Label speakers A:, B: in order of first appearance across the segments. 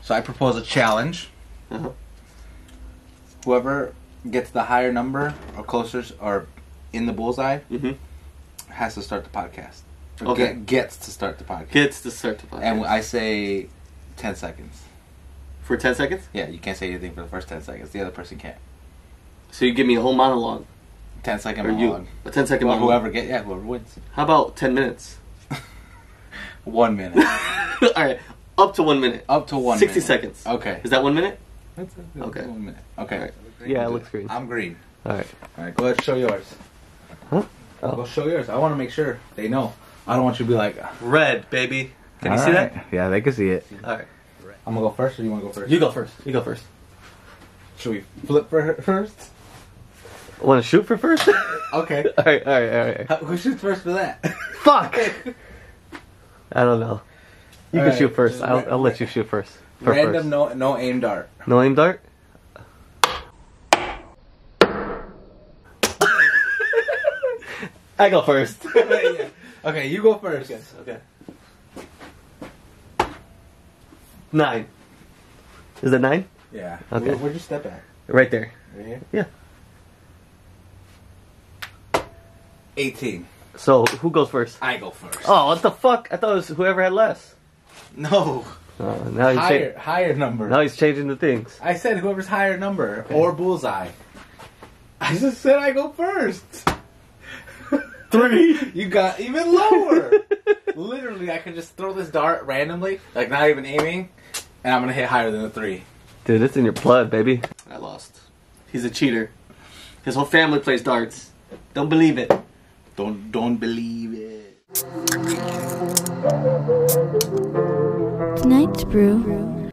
A: So I propose a challenge.
B: Uh-huh.
A: Whoever gets the higher number or closer or in the bullseye
B: Mhm.
A: has to start the podcast. Or
B: Okay.
A: get- gets to start the podcast.
B: Gets to start the podcast.
A: And I say 10 seconds.
B: for 10 seconds?
A: Yeah, you can't say anything for the first 10 seconds. The other person can't.
B: So you give me a whole monologue.
A: 10 second
B: Or
A: monologue.
B: you. A 10 second
A: Well,
B: monologue.
A: whoever get yeah, whoever wins.
B: How about 10 minutes?
A: One minute.
B: All right. Up to one minute.
A: Up to one
B: 60
A: minute.
B: seconds.
A: Okay.
B: Is that one minute?
A: That's- that's
B: Okay.
A: One minute. Okay.
B: Alright.
C: Yeah, it looks green.
A: I'm green.
C: All right.
A: All right, go ahead, show yours.
C: Huh? Oh.
A: Go show yours. I want to make sure they know. I don't want you to be like.
B: Red, baby. Can you
A: "All
B: see
A: right."
B: that?
C: Yeah, they can see it.
B: All right.
A: I'm gonna go first, or you wanna go first?
B: You go first. You go first.
A: Should we flip for first?
C: Want to shoot for first? all
A: Okay.
C: right, all right, all right.
A: How- Who shoots first for that?
C: Fuck! I don't know. You
A: All
C: can
A: right,
C: shoot first.
A: just
C: I'll,
A: ra-
C: I'll let you shoot first. For
A: Random,
C: first.
A: no, no aim dart.
C: No aim dart? I go first.
A: Yeah. Okay, you go first.
B: Okay.
C: Nine. Is it nine?
A: Yeah.
C: Okay.
A: Where, where'd you step at?
C: Right there.
A: Right here.
C: Yeah.
A: Eighteen.
C: So who goes first?
A: I go first.
C: Oh, what the fuck? I thought it was whoever had less.
A: No.
C: Oh, now he's cha-
A: Higher, higher number.
C: now he's changing the things.
A: I said whoever's higher number or bullseye. I just said I go first.
C: Three.
A: You got even lower. Literally, I can just throw this dart randomly, like not even aiming, and I'm gonna hit higher than the three.
C: Dude, it's in your blood, baby.
B: I lost. He's a cheater. His whole family plays darts. Don't believe it.
A: Don't don't believe it.
D: Night Brew.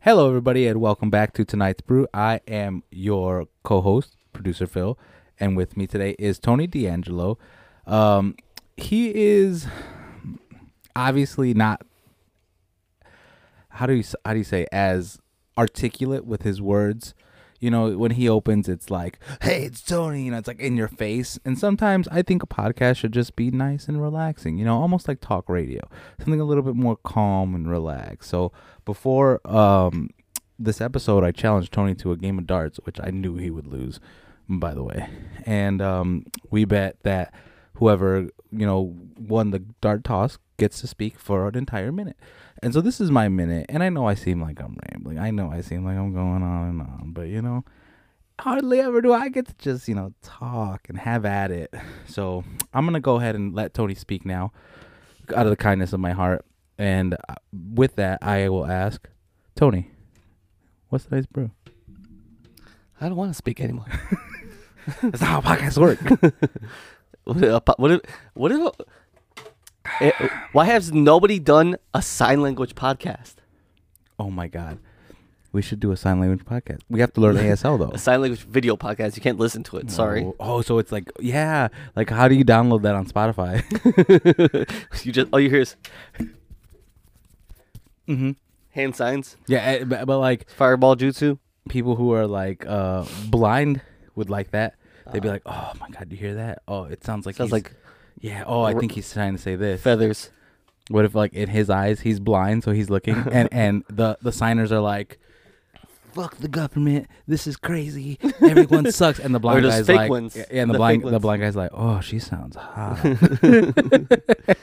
A: Hello, everybody, and welcome back to tonight's brew. I am your co-host, producer Phil, and with me today is Tony D'Angelo. Um, he is obviously not. How do you s- how do you say as articulate with his words? You know, when he opens, it's like, "Hey, it's Tony," you know, it's like in your face. And sometimes I think a podcast should just be nice and relaxing. You know, almost like talk radio, something a little bit more calm and relaxed. So before um, this episode, I challenged Tony to a game of darts, which I knew he would lose, by the way. And um, we bet that whoever you know won the dart toss gets to speak for an entire minute. And so this is my minute, and I know I seem like I'm rambling. I know I seem like I'm going on and on, but you know, hardly ever do I get to just you know talk and have at it. So I'm gonna go ahead and let Tony speak now, out of the kindness of my heart. And uh, with that, I will ask Tony, what's tonight's brew?
C: I don't want to speak anymore.
A: That's not how podcasts work.
C: What if, what if, what if eh, why has nobody done a sign language podcast?
A: oh my god, we should do a sign language podcast. We have to learn ASL though.
C: A sign language video podcast. You can't listen to it. Sorry.
A: Oh, oh, so it's like yeah, like how do you download that on Spotify?
C: you just all you hear is
A: mm-hmm.
C: hand signs,
A: Yeah, eh, but, but like
C: fireball jutsu.
A: people who are like uh blind would like that. They'd be like, oh my god, you hear that? Oh, it sounds like
C: Uh. Sounds
A: he's-
C: like
A: yeah. Oh, I
C: r-
A: think he's trying to say this.
C: feathers.
A: What if like in his eyes he's blind, so he's looking, and and the the signers are like, "Fuck the government, this is crazy, everyone sucks," and the blind
C: those
A: guy's
C: fake
A: like,
C: ones,
A: yeah, and the,
C: the
A: blind
C: fake
A: the
C: ones.
A: blind guy's like, "Oh, she sounds hot." Uh-huh.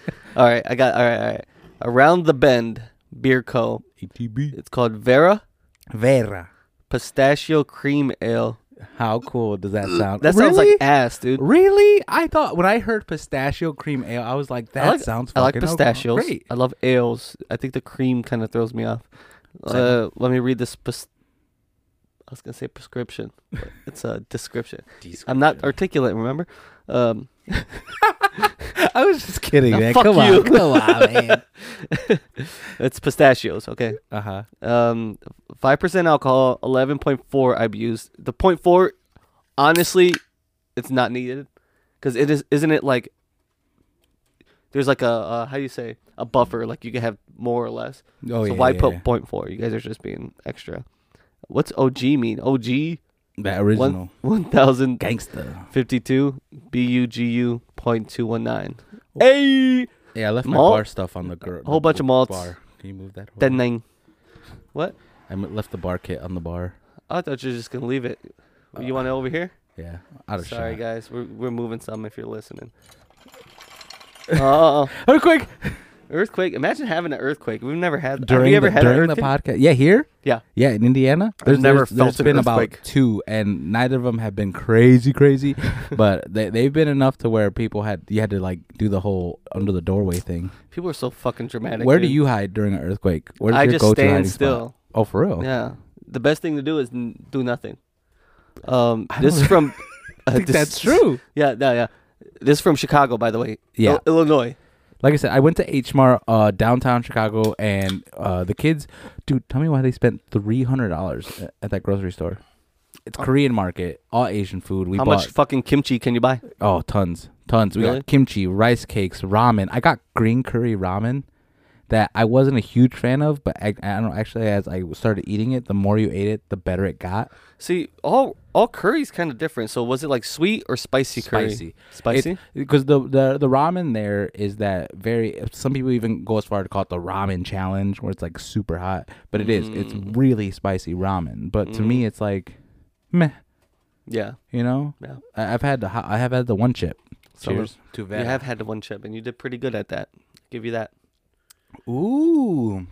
C: All right, I got all right, all right. Around the bend beer co.
A: ATB
C: It's called Vera
A: Vera,
C: Pistachio Cream Ale.
A: how cool does that sound?
C: That sounds
A: Really?
C: like ass, dude.
A: really. I thought when I heard pistachio cream ale, I was like, "That
C: I like,
A: sounds
C: I like
A: fucking
C: pistachios.
A: Great.
C: I love ales. I think the cream kind of throws me off. Uh, let me read this. Pres- I was gonna say prescription. But it's a description. I'm not articulate. Remember. Um,
A: I was just kidding,
C: Now,
A: man.
C: fuck
A: Come
C: you.
A: on, come on, man.
C: it's pistachios. Okay.
A: Uh huh.
C: Um, five percent alcohol, eleven point four IBUs. The point four, honestly, it's not needed because it is. Isn't it like? There's like a uh, how do you say a buffer? Like you can have more or less.
A: Oh yeah.
C: so why
A: yeah,
C: put
A: yeah.
C: point four? You guys are just being extra. What's OG mean? OG
A: That original
C: one one thousand
A: gangster.
C: fifty two B U G U point two one nine. Hey,
A: Yeah, I left
C: Malt?
A: my bar stuff on the girl.
C: Whole bunch of malts.
A: Bar. Can you move that? over?
C: then nine. What?
A: I m- left the bar kit on the bar.
C: I thought you were just gonna leave it. You want it over here?
A: Yeah, out of
C: Sorry,
A: shot.
C: guys. We're we're moving some if you're listening. Oh,
A: Earthquake
C: earthquake! Imagine having an earthquake. We've never had. have
A: during
C: you ever
A: the,
C: had
A: during
C: an
A: the
C: earthquake?
A: podcast. Yeah, here.
C: Yeah.
A: Yeah, in Indiana.
C: never felt
A: there's
C: an
A: been
C: earthquake.
A: about two, and neither of them have been crazy, crazy, but they they've been enough to where people had you had to like do the whole under the doorway thing.
C: People are so fucking dramatic.
A: Where do
C: dude.
A: you hide during an earthquake? Where's
C: I
A: your
C: just
A: go-to
C: stand
A: hiding spot?
C: still.
A: Oh, for real?
C: Yeah. The best thing to do is n- do nothing. Um, this is from.
A: I
C: uh,
A: think that's true.
C: Yeah, no, yeah. This is from Chicago, by the way.
A: Yeah.
C: Il- Illinois.
A: Like I said, I went to HMAR uh, downtown Chicago, and uh, the kids, dude, tell me why they spent three hundred dollars at that grocery store. It's Korean market, all Asian food. We
C: How
A: bought
C: much fucking kimchi can you buy?
A: oh tons, tons. We
C: Really?
A: got kimchi, rice cakes, ramen. I got green curry ramen that I wasn't a huge fan of, but I, I don't know. Actually, as I started eating it, the more you ate it, the better it got.
C: See, all all curry's kind of different. So was it like sweet or spicy curry?
A: Spicy.
C: Spicy.
A: because the, the the ramen there is that very some people even go as far to call it the ramen challenge where it's like super hot but it is it's
C: Mm.
A: really spicy ramen but to me it's like meh
C: yeah.
A: you know
C: Yeah.
A: I, i've had the hot, i have had the one chip so
C: Cheers.
A: to
C: You have had the one chip, and you did pretty good at that. Give you that.
A: ooh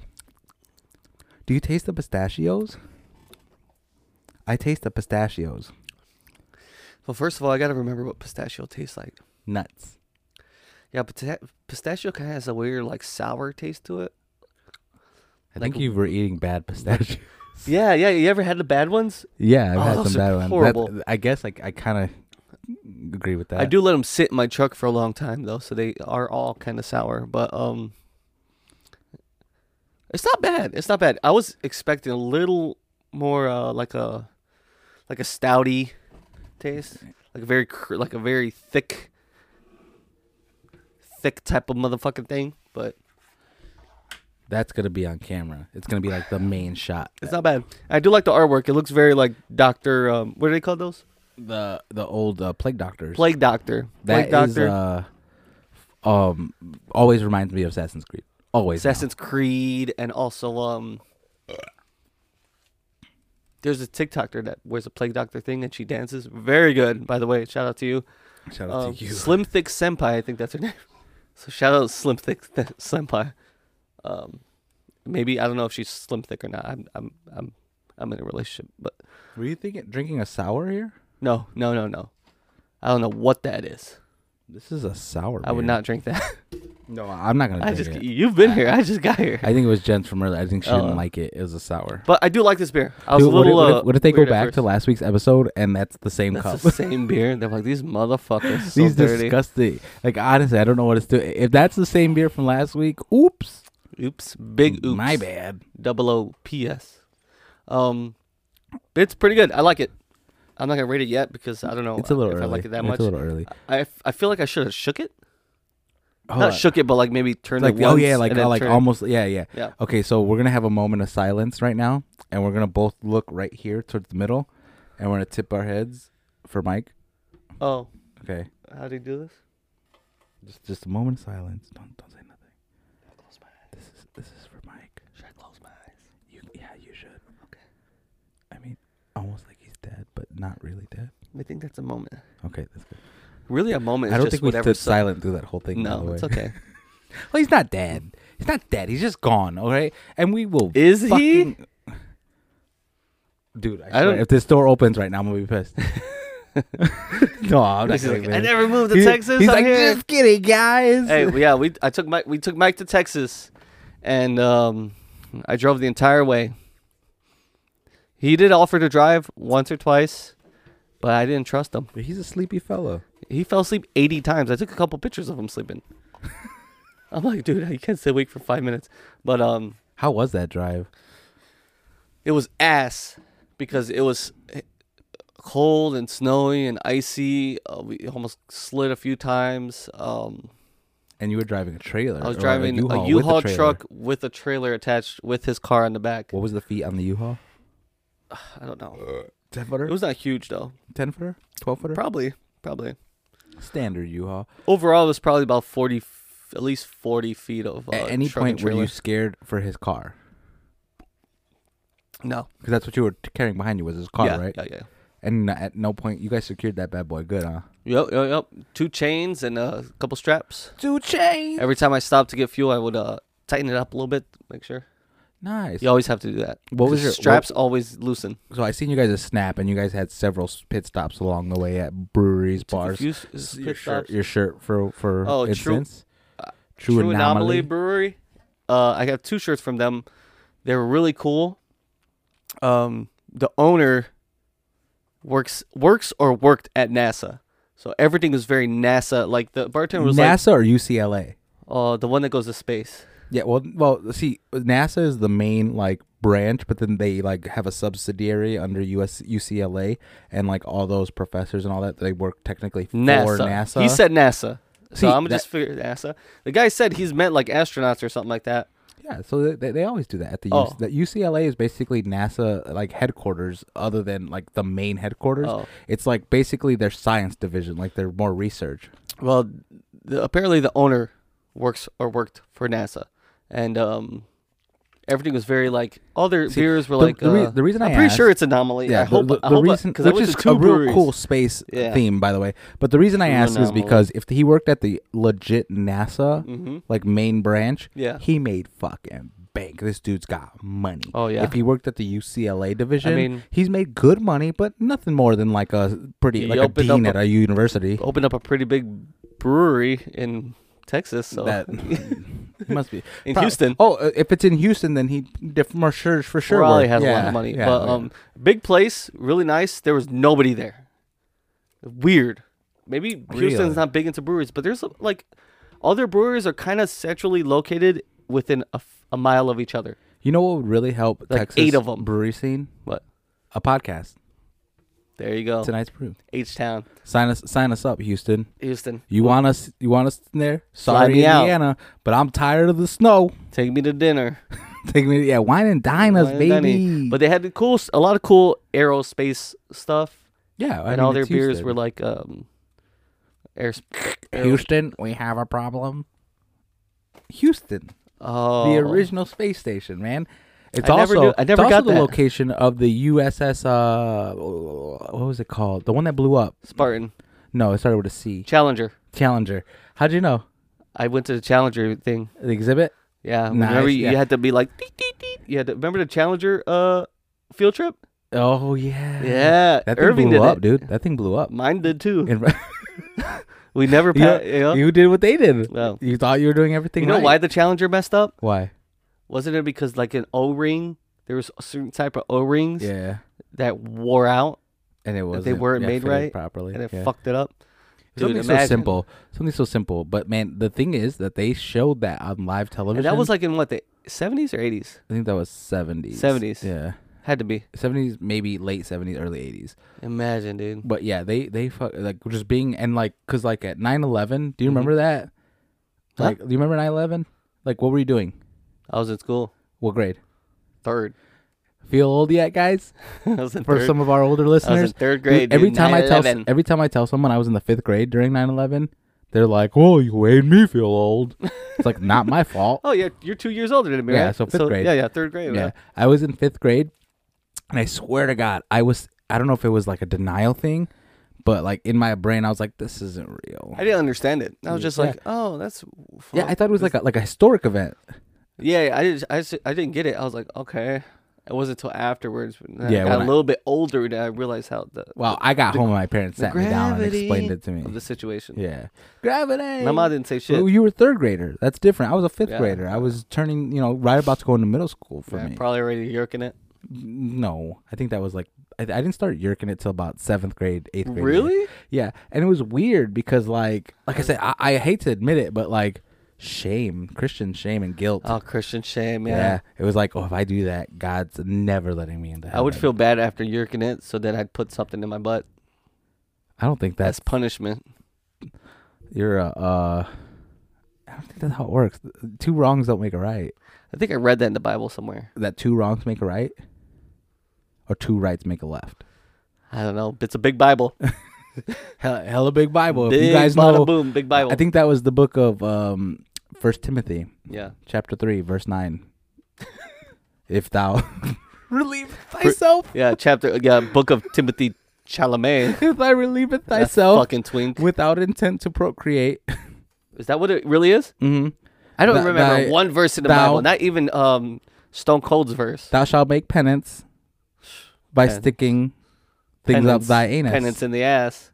A: do you taste the pistachios i taste the pistachios
C: Well, first of all, I gotta remember what pistachio tastes like.
A: nuts
C: Yeah, pista- pistachio kind of has a weird like sour taste to it.
A: i
C: Like-
A: think you were eating bad pistachios
C: Yeah, yeah. You ever had the bad ones?
A: Yeah, I've
C: Oh,
A: had
C: those
A: some
C: are
A: bad ones. That-
C: horrible.
A: I guess like I kind of agree with that.
C: I do let them sit in my truck for a long time though, so they are all kind of sour. But um, it's not bad. It's not bad. I was expecting a little more uh, like a like a stouty taste, like a very cr- like a very thick thick type of motherfucking thing. But
A: That's gonna be on camera. It's gonna be like the main shot.
C: it's not bad. I do like the artwork. It looks very like Doctor. Um, what do they call those?
A: The the old uh, plague doctors.
C: Plague Doctor.
A: That
C: Plague Doctor.
A: is, uh, um, always reminds me of Assassin's Creed. Always. now.
C: Assassin's Creed, and also um, there's a TikToker that wears a plague doctor thing, and she dances very good. By the way, shout out to you,
A: Shout out
C: um,
A: to you.
C: Slim Thick Senpai, I think that's her name. So shout out Slim Thick Th- Senpai. Um, maybe I don't know if she's Slim Thick or not. I'm I'm I'm I'm in a relationship, but
A: Were you thinking drinking a sour here?
C: no no no no, I don't know what that is.
A: This is a sour.
C: I would
A: beer.
C: not drink that.
A: No, I'm not gonna
C: I
A: drink
C: just
A: it.
C: you've been here. I just got here.
A: I think it was Jen's from earlier. I think she
C: Oh.
A: didn't like it. It was a sour.
C: but I do like this beer. I was
A: Dude,
C: a little.
A: what, if, what,
C: uh,
A: if, what if they go
C: weird at
A: back
C: first.
A: to last week's episode and that's the same cup?
C: That's the same beer. They're like these motherfuckers. So
A: These
C: dirty.
A: disgusting. Like honestly, I don't know what it's doing. If that's the same beer from last week, oops.
C: oops, big oops.
A: My bad.
C: Double O P S. Um, it's pretty good. I like it. I'm not gonna rate it yet because I don't know.
A: It's a little
C: if
A: early.
C: I like it that
A: it's
C: much.
A: a little early.
C: I, f- I feel like I should have shook it.
A: Oh,
C: not shook it, but like maybe turned
A: like
C: it.
A: oh
C: once
A: yeah, like
C: and then
A: like
C: turned it-
A: almost yeah yeah.
C: Yeah.
A: Okay, so we're gonna have a moment of silence right now, and we're gonna both look right here towards the middle, and we're gonna tip our heads for Mike.
C: Oh,
A: Okay,
C: how do you do this?
A: just just a moment of silence. Don't don't say nothing. This is this is for Mike.
C: Should I close my eyes?
A: You yeah you should.
C: Okay.
A: I mean, almost like he's dead, but not really dead.
C: I think that's a moment.
A: Okay, that's good.
C: Really, a moment. Is
A: I don't
C: just
A: think we
C: whatever
A: stood
C: some-
A: silent through that whole thing. by the
C: No,
A: way.
C: it's okay.
A: Well, he's not dead. He's not dead. He's just gone. All right, and we will.
C: Is he?
A: fucking- Dude, I, swear,
C: don't-
A: If this door opens right now, I'm gonna be pissed. no, I'm not.
C: He's
A: Gonna
C: like,
A: be
C: I
A: pissed.
C: never moved to
A: He-
C: Texas.
A: He's
C: I'm
A: like,
C: here."
A: just kidding, guys.
C: hey, well, yeah, we I took Mike we took Mike to Texas, and um, I drove the entire way. He did offer to drive once or twice, but I didn't trust him.
A: But he's a sleepy fellow.
C: He fell asleep eighty times. I took a couple pictures of him sleeping. I'm like, dude, you can't stay awake for five minutes. But um,
A: How was that drive?
C: it was ass because it was cold and snowy and icy. Uh, we almost slid a few times. Um,
A: And you were driving a trailer.
C: I was
A: or
C: driving
A: a U-Haul,
C: a
A: with
C: U-Haul
A: trailer.
C: truck with a trailer attached with his car on the back.
A: What was the feet on the U-Haul?
C: I don't
A: uh,
C: know.
A: Ten footer.
C: It was not huge though.
A: ten footer, twelve footer.
C: Probably, probably.
A: Standard U-Haul.
C: Overall, it was probably about forty, f- at least forty feet of. Uh,
A: At any
C: truck and
A: point, were you
C: trailer.
A: scared for his car?
C: No.
A: Because that's what you were t- carrying behind you was his car,
C: yeah,
A: right?
C: Yeah, yeah.
A: And n- at no point you guys secured that bad boy good, huh?
C: Yep, yep, yep. Two chains and uh, a couple straps.
A: Two chain.
C: Every time I stopped to get fuel, I would uh, tighten it up a little bit, make sure.
A: Nice.
C: You always have to do that.
A: What was
C: 'cause
A: your-
C: straps? Always loosen.
A: So I seen you guys at Snap, and you guys had several s- pit stops along the way at breweries, bars.
C: If you s-
A: S-
C: pit
A: your shirt,
C: stops-
A: your shirt for for
C: Oh, true-
A: instance.
C: uh,
A: True, anomaly.
C: Brewery. Uh, I have two shirts from them. They were really cool. Um, the owner works works or worked at NASA, so everything was very NASA. Like the bartender was like,
A: NASA or UCLA?
C: "Oh, the one that goes to space."
A: Yeah, well, well, see, NASA is the main like branch, but then they like have a subsidiary under US UCLA, and like all those professors and all that they work technically for
C: NASA.
A: NASA.
C: He said NASA.
A: See,
C: so I'm gonna
A: that-
C: just figure NASA. The guy said he's meant like astronauts or something like that.
A: yeah, so they- they, they always do that at the
C: Oh.
A: UC, that UCLA is basically NASA like headquarters, other than like the main headquarters.
C: Oh.
A: It's like basically their science division, like their more research.
C: Well, the, apparently the owner works or worked for NASA, and um, everything was very like all their
A: See,
C: beers were
A: the-
C: like.
A: the re-
C: uh,
A: the reason
C: I'm
A: I
C: pretty sure
A: asked-
C: it's anomaly.
A: Yeah,
C: I
A: the-
C: hope
A: the,
C: I
A: the
C: hope-
A: reason,
C: 'cause I
A: which
C: went
A: is
C: to two
A: a real
C: breweries.
A: cool space
C: Yeah.
A: theme, by the way. But the reason I
C: True
A: asked is
C: anomaly.
A: because if he worked at the legit NASA like main branch,
C: Mm-hmm. Yeah.
A: he made fucking bank. This dude's got money.
C: Oh, yeah.
A: If he worked at the UCLA division,
C: mean-
A: he's made good money, but nothing more than like a pretty
C: He
A: like a
C: opened
A: dean
C: up
A: at
C: a-
A: a university.
C: Opened up a pretty big brewery in Texas. So
A: That he must be
C: In
A: Prob-
C: Houston.
A: Oh, uh, if it's in Houston, then he def- more sure for sure
C: Raleigh
A: worked.
C: has a lot
A: Yeah,
C: of money,
A: yeah,
C: but
A: yeah.
C: um, big place, really nice. There was nobody there. Weird. Maybe
A: Really?
C: Houston's not big into breweries, but there's like all their breweries are kind of centrally located within a, f- a mile of each other.
A: you know what would really help
C: like
A: Texas
C: eight of 'em.
A: brewery scene?
C: But
A: A podcast.
C: there you go.
A: Tonight's brew.
C: H Town,
A: Sign us sign us up, Houston.
C: Houston.
A: You want us you want us in there?
C: Slide
A: Sorry,
C: me out.
A: Indiana, but I'm tired of the snow.
C: Take me to dinner.
A: Take me yeah, wine and dine us,
C: Wine and
A: baby.
C: dining. But they had the cool, s- a lot of cool aerospace stuff,
A: yeah, I
C: and
A: mean,
C: all their
A: it's
C: beers
A: Houston.
C: were like um, air. air
A: Houston, we have a problem. Houston,
C: oh,
A: the original space station, man. It's
C: I
A: also
C: never knew- I
A: it's
C: never
A: also
C: got
A: the
C: that.
A: location of the USS uh what was it called? The one that blew up.
C: Spartan
A: No, it started with a C.
C: Challenger.
A: Challenger. How'd you know?
C: I went to the Challenger thing.
A: The exhibit?
C: Yeah,
A: Nice,
C: remember you,
A: yeah.
C: you had to be like, "Deet, deet, deet." you had to remember the Challenger uh field trip.
A: Oh yeah.
C: Yeah,
A: That thing
C: Irving
A: blew
C: did
A: up,
C: it.
A: dude. That thing blew up.
C: Mine did too.
A: In-
C: We never.
A: Yeah,
C: Pa- you know, you
A: You did what they did.
C: Well.
A: you thought you were doing everything
C: know why
A: right.
C: the Challenger messed up?
A: Why?
C: Wasn't it because like an O ring? There was a certain type of O rings
A: Yeah.
C: that wore out
A: And it was
C: they weren't made right,
A: properly.
C: and it
A: yeah.
C: fucked it up. Dude,
A: Something so
C: imagine.
A: simple. Something so simple. But man, the thing is that they showed that on live television.
C: And that was like in what the seventies or eighties?
A: I think that was seventies.
C: 70s.
A: Yeah.
C: Had to be.
A: Seventies, maybe late seventies, early eighties.
C: Imagine, dude.
A: But yeah, they they fuck like just being and like cause like at 9-11, Do you remember that?
C: Mm-hmm. Huh?
A: Like, do you remember 9-11? Like, what were you doing?
C: I was in school
A: What grade?
C: third.
A: Feel old yet, guys?
C: I was in
A: for
C: third.
A: some of our older listeners.
C: third
A: dude,
C: grade,
A: every
C: dude.
A: time I tell
C: 9/11.
A: every time I tell someone I was in the fifth grade during 9-11, they're like, "Oh, you made me feel old." it's like not my fault.
C: Oh yeah, you're two years older than me.
A: Yeah,
C: right?
A: so fifth grade.
C: Yeah, yeah, third grade.
A: Yeah,
C: Yeah.
A: I was in fifth grade, and I swear to God, I was. I don't know if it was like a denial thing, but like in my brain, I was like, "This isn't real."
C: I didn't understand it. I was
A: Mm, Yeah.
C: just like, oh, that's
A: yeah, I thought it was like a like a historic event.
C: yeah. I didn't, I, s- I didn't get it. I was like, okay. It wasn't until afterwards. When I
A: Yeah,
C: got
A: when
C: a
A: I-
C: little bit older that I realized how the,
A: Well, I got home and my parents
C: the
A: sat me down and explained
C: gravity
A: it to
C: of
A: me.
C: the situation.
A: Yeah, gravity.
C: My mom didn't say shit.
A: Well, you were third grader. That's different. I was a fifth
C: Yeah.
A: grader. I was turning, you know, right about to go into middle school for
C: Yeah,
A: me.
C: probably already yerking it.
A: No, I think that was like I, I didn't start yerking it till about seventh grade, eighth grade.
C: Really?
A: Yeah, and it was weird because like like I said, I, I hate to admit it, but like shame, Christian shame and guilt.
C: Oh, Christian shame.
A: yeah.
C: Yeah.
A: it was like oh, if I do that, God's never letting me into heaven.
C: I would feel bad after yerking it, so then I'd put something in my butt.
A: I don't think that's
C: That's punishment.
A: you're a. Uh, I don't think that's how it works. Two wrongs don't make a right.
C: I think I read that in the Bible somewhere.
A: That two wrongs make a right. or two rights make a left.
C: I don't know. It's a big Bible.
A: Hell, hella big Bible. if you
C: Big
A: guys
C: bada
A: know,
C: boom, big Bible.
A: I think that was the book of um, First Timothy,
C: yeah.
A: chapter three, verse nine. if thou relieve thyself,
C: Yeah, chapter yeah, book of Timothy Chalamet.
A: if thou relieveth
C: That
A: thyself
C: fucking twink.
A: without intent to procreate,
C: Is that what it really is?
A: mm-hmm.
C: I don't
A: Tha-
C: remember
A: thy-
C: one verse in the
A: thou-
C: Bible. Not even um Stone Cold's verse.
A: thou shalt make penance by
C: Pen-
A: sticking things up thy anus.
C: Penance in the ass.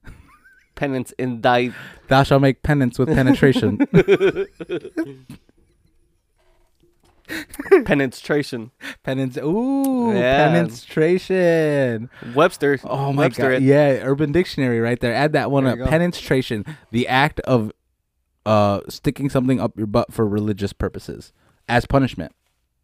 C: penance in thy
A: Thou shalt make penance with penetration.
C: penetration.
A: penance. Ooh,
C: Yeah.
A: penetration.
C: Webster.
A: Oh my
C: Webster
A: god!
C: it.
A: Yeah, Urban Dictionary right there. Add that one
C: There
A: up.
C: you go.
A: Penetration, the act of uh sticking something up your butt for religious purposes as punishment.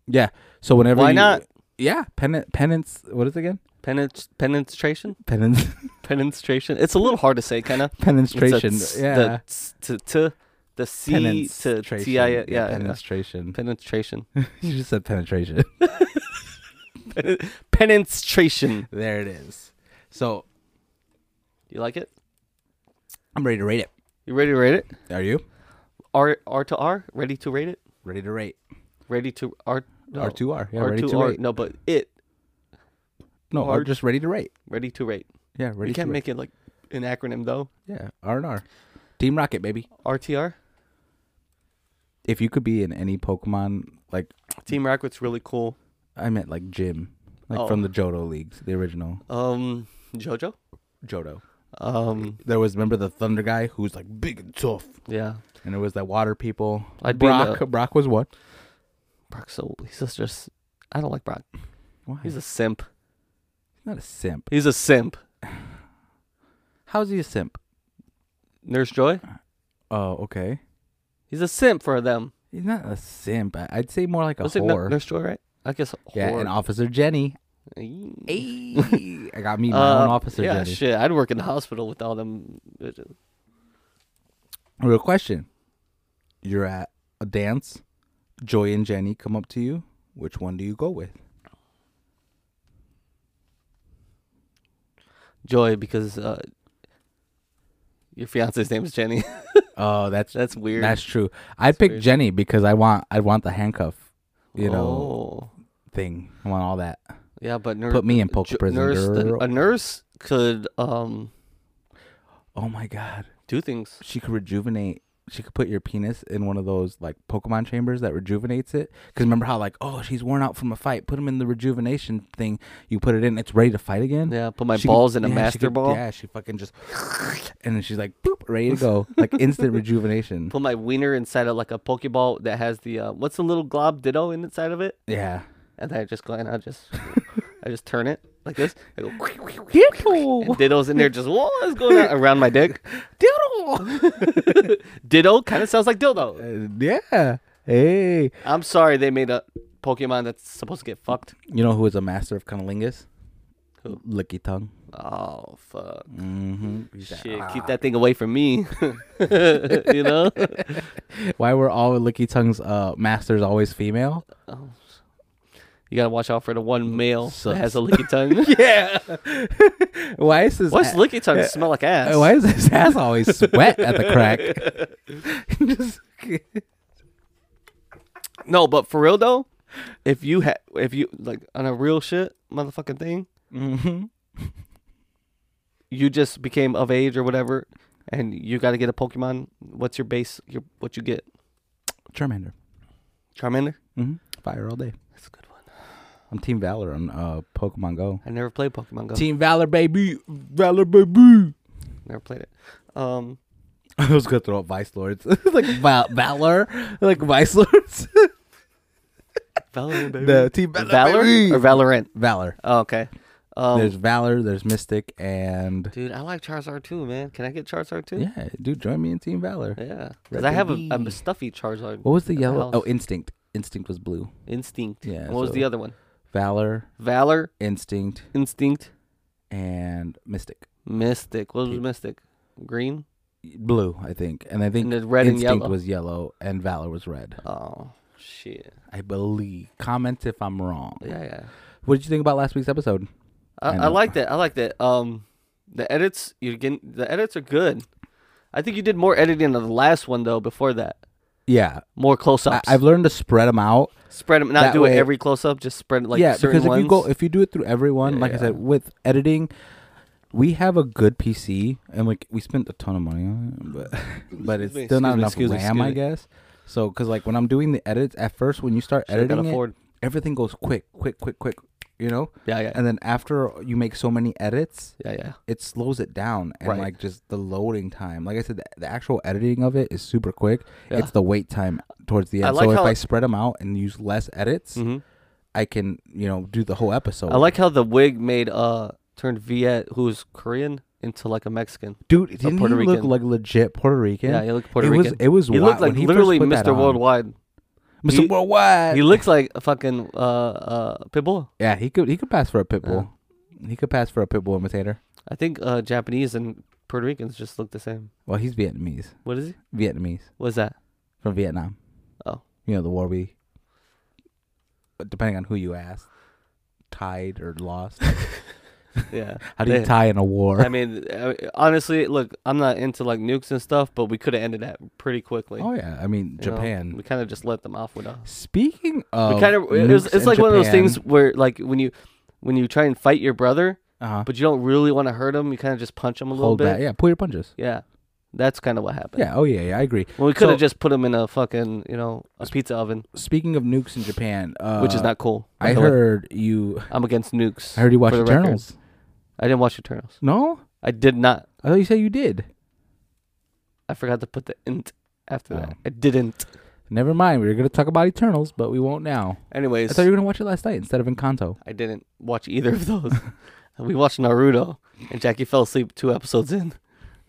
A: Yeah. So whenever
C: Why
A: you-
C: not?
A: Yeah, penance. Penance. What is it again?
C: Penance penetration?
A: Penance.
C: Penetration. It's a little hard to say kinda. It's a
A: penetration.
C: tss-
A: Yeah.
C: The tss to to the C to
A: Penetration.
C: T I yeah, yeah.
A: penetration.
C: Penetration.
A: you just said penetration.
C: Penetration.
A: there it is. So
C: You like it?
A: I'm ready to rate it.
C: You ready to rate it?
A: Are you
C: R R to R? Ready to rate it?
A: ready to rate?
C: Ready to R
A: R two R. Yeah,
C: R
A: ready
C: two
A: to
C: R
A: rate.
C: no but it
A: No, or
C: R-
A: just ready to rate.
C: ready to rate.
A: Yeah, ready.
C: you can't
A: to rate.
C: make it like an acronym though.
A: Yeah, R and R. Team Rocket, baby.
C: RTR.
A: If you could be in any Pokemon, like Mm-hmm.
C: Team Rocket's really cool.
A: I meant like Jim, like
C: Oh.
A: from the Johto leagues, the original
C: Um JoJo?
A: Johto.
C: Um
A: There was remember the Thunder guy who was like big and tough,
C: yeah.
A: and it was that water people.
C: I'd be in
A: Brock.
C: the-
A: Brock was what?
C: Brock so he's just, just I don't like Brock.
A: Why?
C: He's a simp.
A: not a simp.
C: He's a simp.
A: How's he a simp?
C: Nurse Joy?
A: Oh, okay.
C: He's a simp for them.
A: He's not a simp. I- I'd say more like a
C: What's it,
A: whore.
C: Nurse Joy, right? I guess
A: yeah, and
C: whore.
A: Officer Jenny.
C: Ayy.
A: Ayy. I got me my
C: Uh,
A: own Officer
C: yeah,
A: Jenny.
C: shit. I'd work in the hospital with all them. uh, bitches.
A: Real question. You're at a dance. Joy and Jenny come up to you. Which one do you go with?
C: Joy, because uh, your fiance's name is Jenny.
A: Oh, that's
C: That's weird.
A: that's true. I'd pick
C: weird.
A: Jenny because I want I want the handcuff, you know,
C: Oh.
A: thing. I want all that.
C: Yeah, but nurse.
A: Put me in poker
C: Jo-
A: prison,
C: nurse, the-
A: girl.
C: a nurse could um
A: Oh my god.
C: do things.
A: She could rejuvenate. She could put your penis in one of those like Pokemon chambers that rejuvenates it. Because remember how like oh she's worn out from a fight. Put him in the rejuvenation thing. You put it in. It's ready to fight again.
C: Yeah, put my
A: She could-
C: balls in a
A: yeah, she
C: master
A: could-
C: ball.
A: Yeah, she fucking just, and then she's like, boop, ready to go, like instant rejuvenation.
C: Put my wiener inside of like a pokeball that has the uh, what's the little glob ditto in inside of it,
A: Yeah.
C: and then I just go and I just I just turn it like this. I go, and
A: Ditto.
C: ditto's in there just what's going on around my dick. Ditto kind of sounds like dildo.
A: Uh, yeah. Hey.
C: I'm sorry they made a Pokemon that's supposed to get fucked.
A: You know who is a master of cunnilingus?
C: Who?
A: Licky tongue.
C: Oh fuck.
A: Mm-hmm.
C: Shit, keep that thing away from me. you know?
A: Why were all Licky tongue's uh, masters always female?
C: Oh. You gotta watch out for the one male that has a
A: Mm, Sucks.
C: licky tongue.
A: Yeah. why is this?
C: What's licky tongue smell
A: Oh,
C: like ass?
A: Why is his ass always sweat at the crack? Just-
C: No, but for real though, if you had, if you like on a real shit motherfucking thing,
A: Mhm.
C: you just became of age or whatever, and you gotta get a Pokemon. What's your base? Your what you get?
A: Charmander.
C: Charmander.
A: Mm-hmm. Fire all day.
C: That's a good one.
A: I'm Team Valor on uh, Pokemon Go.
C: I never played Pokemon Go.
A: Team Valor, baby. Valor, baby.
C: Never played it. Um,
A: I was gonna throw up Vice Lords, like Val- Valor, like Vice Lords.
C: Valorant. Baby.
A: the Team Valor,
C: Valor
A: baby.
C: or Valorant.
A: Valor.
C: Oh, okay. Um,
A: there's Valor. There's Mystic, and
C: dude, I like Charizard too, man. Can I get Charizard too?
A: yeah, dude, join me in Team Valor.
C: Yeah. Because
A: Red
C: I have a,
A: baby.
C: a stuffy Charizard.
A: What was the
C: at my
A: yellow?
C: house.
A: Oh, Instinct. Instinct was blue.
C: Instinct.
A: Yeah,
C: And what was
A: so-
C: the other one?
A: Valor,
C: Valor,
A: Instinct,
C: Instinct,
A: and Mystic.
C: Mystic. What was Mystic? Green.
A: Blue, I think, and I think
C: And the red and
A: Instinct
C: yellow.
A: was yellow, and Valor was red.
C: Oh shit.
A: I believe. Comment if I'm wrong.
C: Yeah, yeah.
A: What did you think about last week's episode?
C: I, I
A: know.
C: like that. I like that. Um, the edits you're getting the edits are good. I think you did more editing of the last one though. Before that,
A: Yeah,
C: more close
A: I,
C: ups.
A: I've learned to spread them out.
C: spread them, not
A: that
C: do it
A: way-
C: every close up. Just spread like
A: yeah,
C: certain
A: because if you go
C: ones.
A: if you do it through everyone, like I said, with editing, we have a good PC and we we spent a ton of money on it, but but it's
C: me,
A: still not
C: excuse me,
A: enough
C: excuse me,
A: RAM, I
C: excuse me.
A: guess. So, because like when I'm doing the edits at first, when you start
C: Should've got
A: editing
C: a
A: it,
C: Ford.
A: everything goes quick, quick, quick, quick. You know,
C: yeah, yeah,
A: and then after you make so many edits,
C: yeah, yeah.
A: it slows it down and
C: Right.
A: like just the loading time. Like I said, the, the actual editing of it is super quick.
C: Yeah.
A: It's the wait time towards the
C: I
A: end.
C: like
A: so if
C: how-
A: I spread them out and use less edits,
C: Mhm.
A: I can you know do the whole episode.
C: I like how the wig made uh turned Viet, who's Korean, into like a Mexican.
A: dude. Didn't
C: Puerto
A: he look
C: Rican.
A: like legit Puerto Rican?
C: Yeah, he looked Puerto
A: it
C: Rican.
A: Was, it was
C: he
A: wild.
C: looked like
A: When he first
C: literally
A: put that
C: Mr.
A: on-
C: Worldwide.
A: Mr.
C: He-
A: Worldwide.
C: He looks like a fucking uh uh pitbull.
A: yeah, he could he could pass for a pit bull. He could pass for a pit bull imitator.
C: I think uh Japanese and Puerto Ricans just look the same.
A: Well, he's Vietnamese.
C: What is he?
A: Vietnamese
C: What is that?
A: from Vietnam.
C: Oh.
A: you know the war we. Depending on who you ask, tied or lost.
C: Yeah.
A: How do you
C: They-
A: tie in a war?
C: I mean, uh, honestly, look, I'm not into like nukes and stuff, but we could have ended that pretty quickly.
A: oh yeah, I mean
C: you know?
A: Japan.
C: We kind of just let them off with a.
A: Speaking
C: We
A: of,
C: kind of it was,
A: nukes
C: it's
A: in
C: like one of those
A: Japan-
C: things where like when you when you try and fight your brother,
A: Uh-huh.
C: but you don't really want to hurt him, you kind of just punch him a little
A: Hold
C: bit.
A: back. Yeah, pull your punches.
C: Yeah. That's kind of what happened.
A: Yeah. Oh yeah. Yeah. I agree.
C: Well, we could have
A: So-
C: just put him in a fucking, you know, a pizza oven,
A: Speaking of nukes in Japan, uh,
C: which is not cool. by
A: I
C: the way.
A: heard you.
C: I'm against nukes.
A: I heard you watched
C: for the
A: Eternals.
C: record. I didn't watch Eternals.
A: No,
C: I did not.
A: I thought you said you did.
C: I forgot to put the int after
A: Oh.
C: that. I didn't.
A: Never mind. We were gonna talk about Eternals, but we won't now.
C: Anyways,
A: I thought you were gonna watch it last night instead of Encanto.
C: I didn't watch either of those. we watched Naruto, and Jackie fell asleep two episodes in,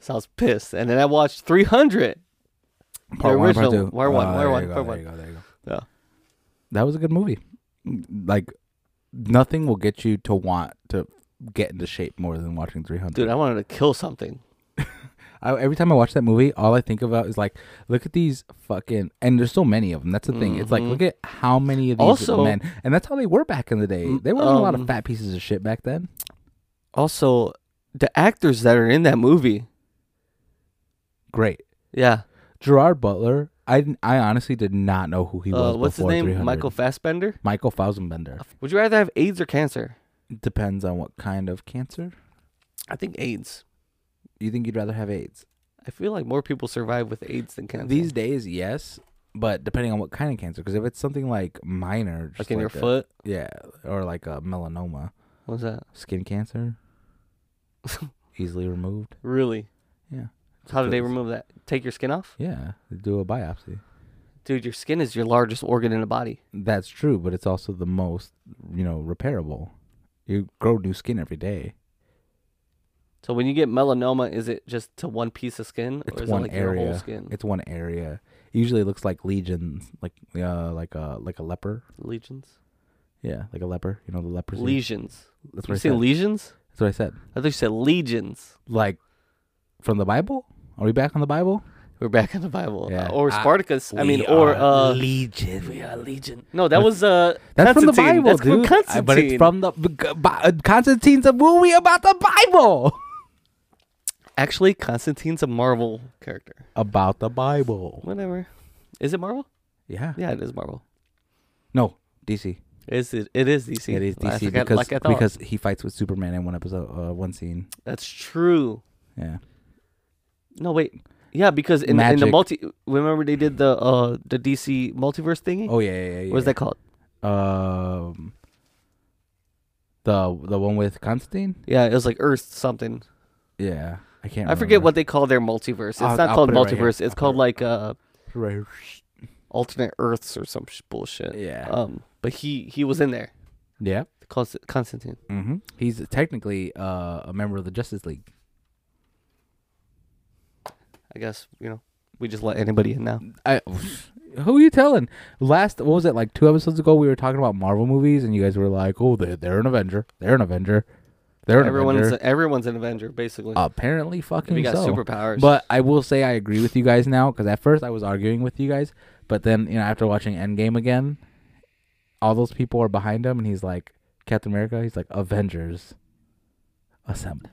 C: so I was pissed. And then I watched 300.
A: Part one, part
C: original.
A: two.
C: Wire one,
A: Oh,
C: wire
A: there you
C: one,
A: go,
C: part
A: there
C: one.
A: you go, there you go.
C: Yeah.
A: That was a good movie. Like nothing will get you to want to get into shape more than watching 300.
C: Dude, I wanted to kill something.
A: I, every time I watch that movie, all I think about is like, look at these fucking, and there's so many of them. That's the thing. It's like,
C: Mhm.
A: look at how many of these
C: Also-
A: men, and that's how they were back in the day.
C: Mm,
A: They were not a lot of
C: um,
A: fat pieces of shit back then.
C: Also, the actors that are in that movie.
A: Great,
C: Yeah.
A: Gerard Butler. I didn't- I honestly did not know who he
C: Uh,
A: was.
C: what's his
A: before
C: name?
A: 300.
C: Michael Fassbender?
A: Michael Fassbender.
C: Would you rather have AIDS or cancer?
A: Depends on what kind of cancer.
C: I think AIDS.
A: You think you'd rather have AIDS
C: I feel like more people survive with AIDS than cancer.
A: these days? Yes, but depending on what kind of cancer. Because if it's something like minor, just
C: like in your
A: a-
C: foot.
A: yeah, or like a melanoma,
C: What's that?
A: skin cancer easily removed
C: Really?
A: Yeah.
C: How do they
A: Because-
C: remove that? Take your skin off?
A: yeah they do a biopsy
C: Dude, your skin is your largest organ in the body.
A: that's true but it's also the most you know repairable you grow new skin every day
C: So when you get melanoma, is it just to one piece of skin,
A: it's
C: or is
A: one
C: it like
A: area
C: your whole skin?
A: it's one area it usually looks like legions like uh like a like a leper
C: legions.
A: yeah like a leper you know the leprosy
C: Lesions.
A: that's
C: You
A: what i
C: say
A: said
C: lesions?
A: that's what i said
C: I thought you said legions.
A: like from the bible are we back on the bible
C: We're back in the Bible.
A: Yeah.
C: Or
A: I-
C: Spartacus. I,
A: We
C: mean, or
A: are
C: uh,
A: legion
C: we are legion. No, that was uh,
A: That's from the
C: Constantine.
A: Bible,
C: That's from
A: dude. Uh, But it's
C: Constantine.
A: from the b- g- bi- uh, Constantine's a movie about the Bible.
C: Actually, Constantine's a Marvel character.
A: About the Bible.
C: Whatever. Is it Marvel?
A: Yeah.
C: Yeah, it is Marvel.
A: No, DC.
C: Is it? It is DC.
A: it is
C: Like I
A: DC
C: got-
A: because
C: like I thought.
A: because he fights with Superman in one episode, uh, one scene.
C: that's true.
A: Yeah.
C: No, wait. Yeah, because in, in
A: Magic.
C: the multi, remember they did the uh the DC multiverse thingy.
A: Oh yeah, yeah, yeah. yeah.
C: What's that called?
A: Um. The the one with Constantine.
C: Yeah, it was like Earth something.
A: Yeah, I can't.
C: I
A: remember.
C: forget what they call their multiverse. It's
A: I'll-
C: not
A: I'll
C: called
A: put it right here.
C: multiverse. it's
A: I'll
C: called
A: put it-
C: like uh
A: Right.
C: alternate Earths or some sh- bullshit.
A: Yeah.
C: Um, but he he was in there.
A: Yeah.
C: Const- Constantine.
A: Mm-hmm. He's technically uh, a member of the Justice League.
C: I guess you know we just let anybody in now.
A: I, who are you telling? Last, what was it like two episodes ago? We were talking about Marvel movies, and you guys were like, "Oh, they're, they're an Avenger. They're an Avenger. They're an
C: Everyone's
A: Avenger."
C: everyone's an Avenger basically.
A: Apparently, fucking
C: if you got
A: so.
C: superpowers.
A: But I will say I agree with you guys now because at first I was arguing with you guys, but then you know after watching Endgame again, all those people are behind him, and he's like Captain America. He's like Avengers. assemble.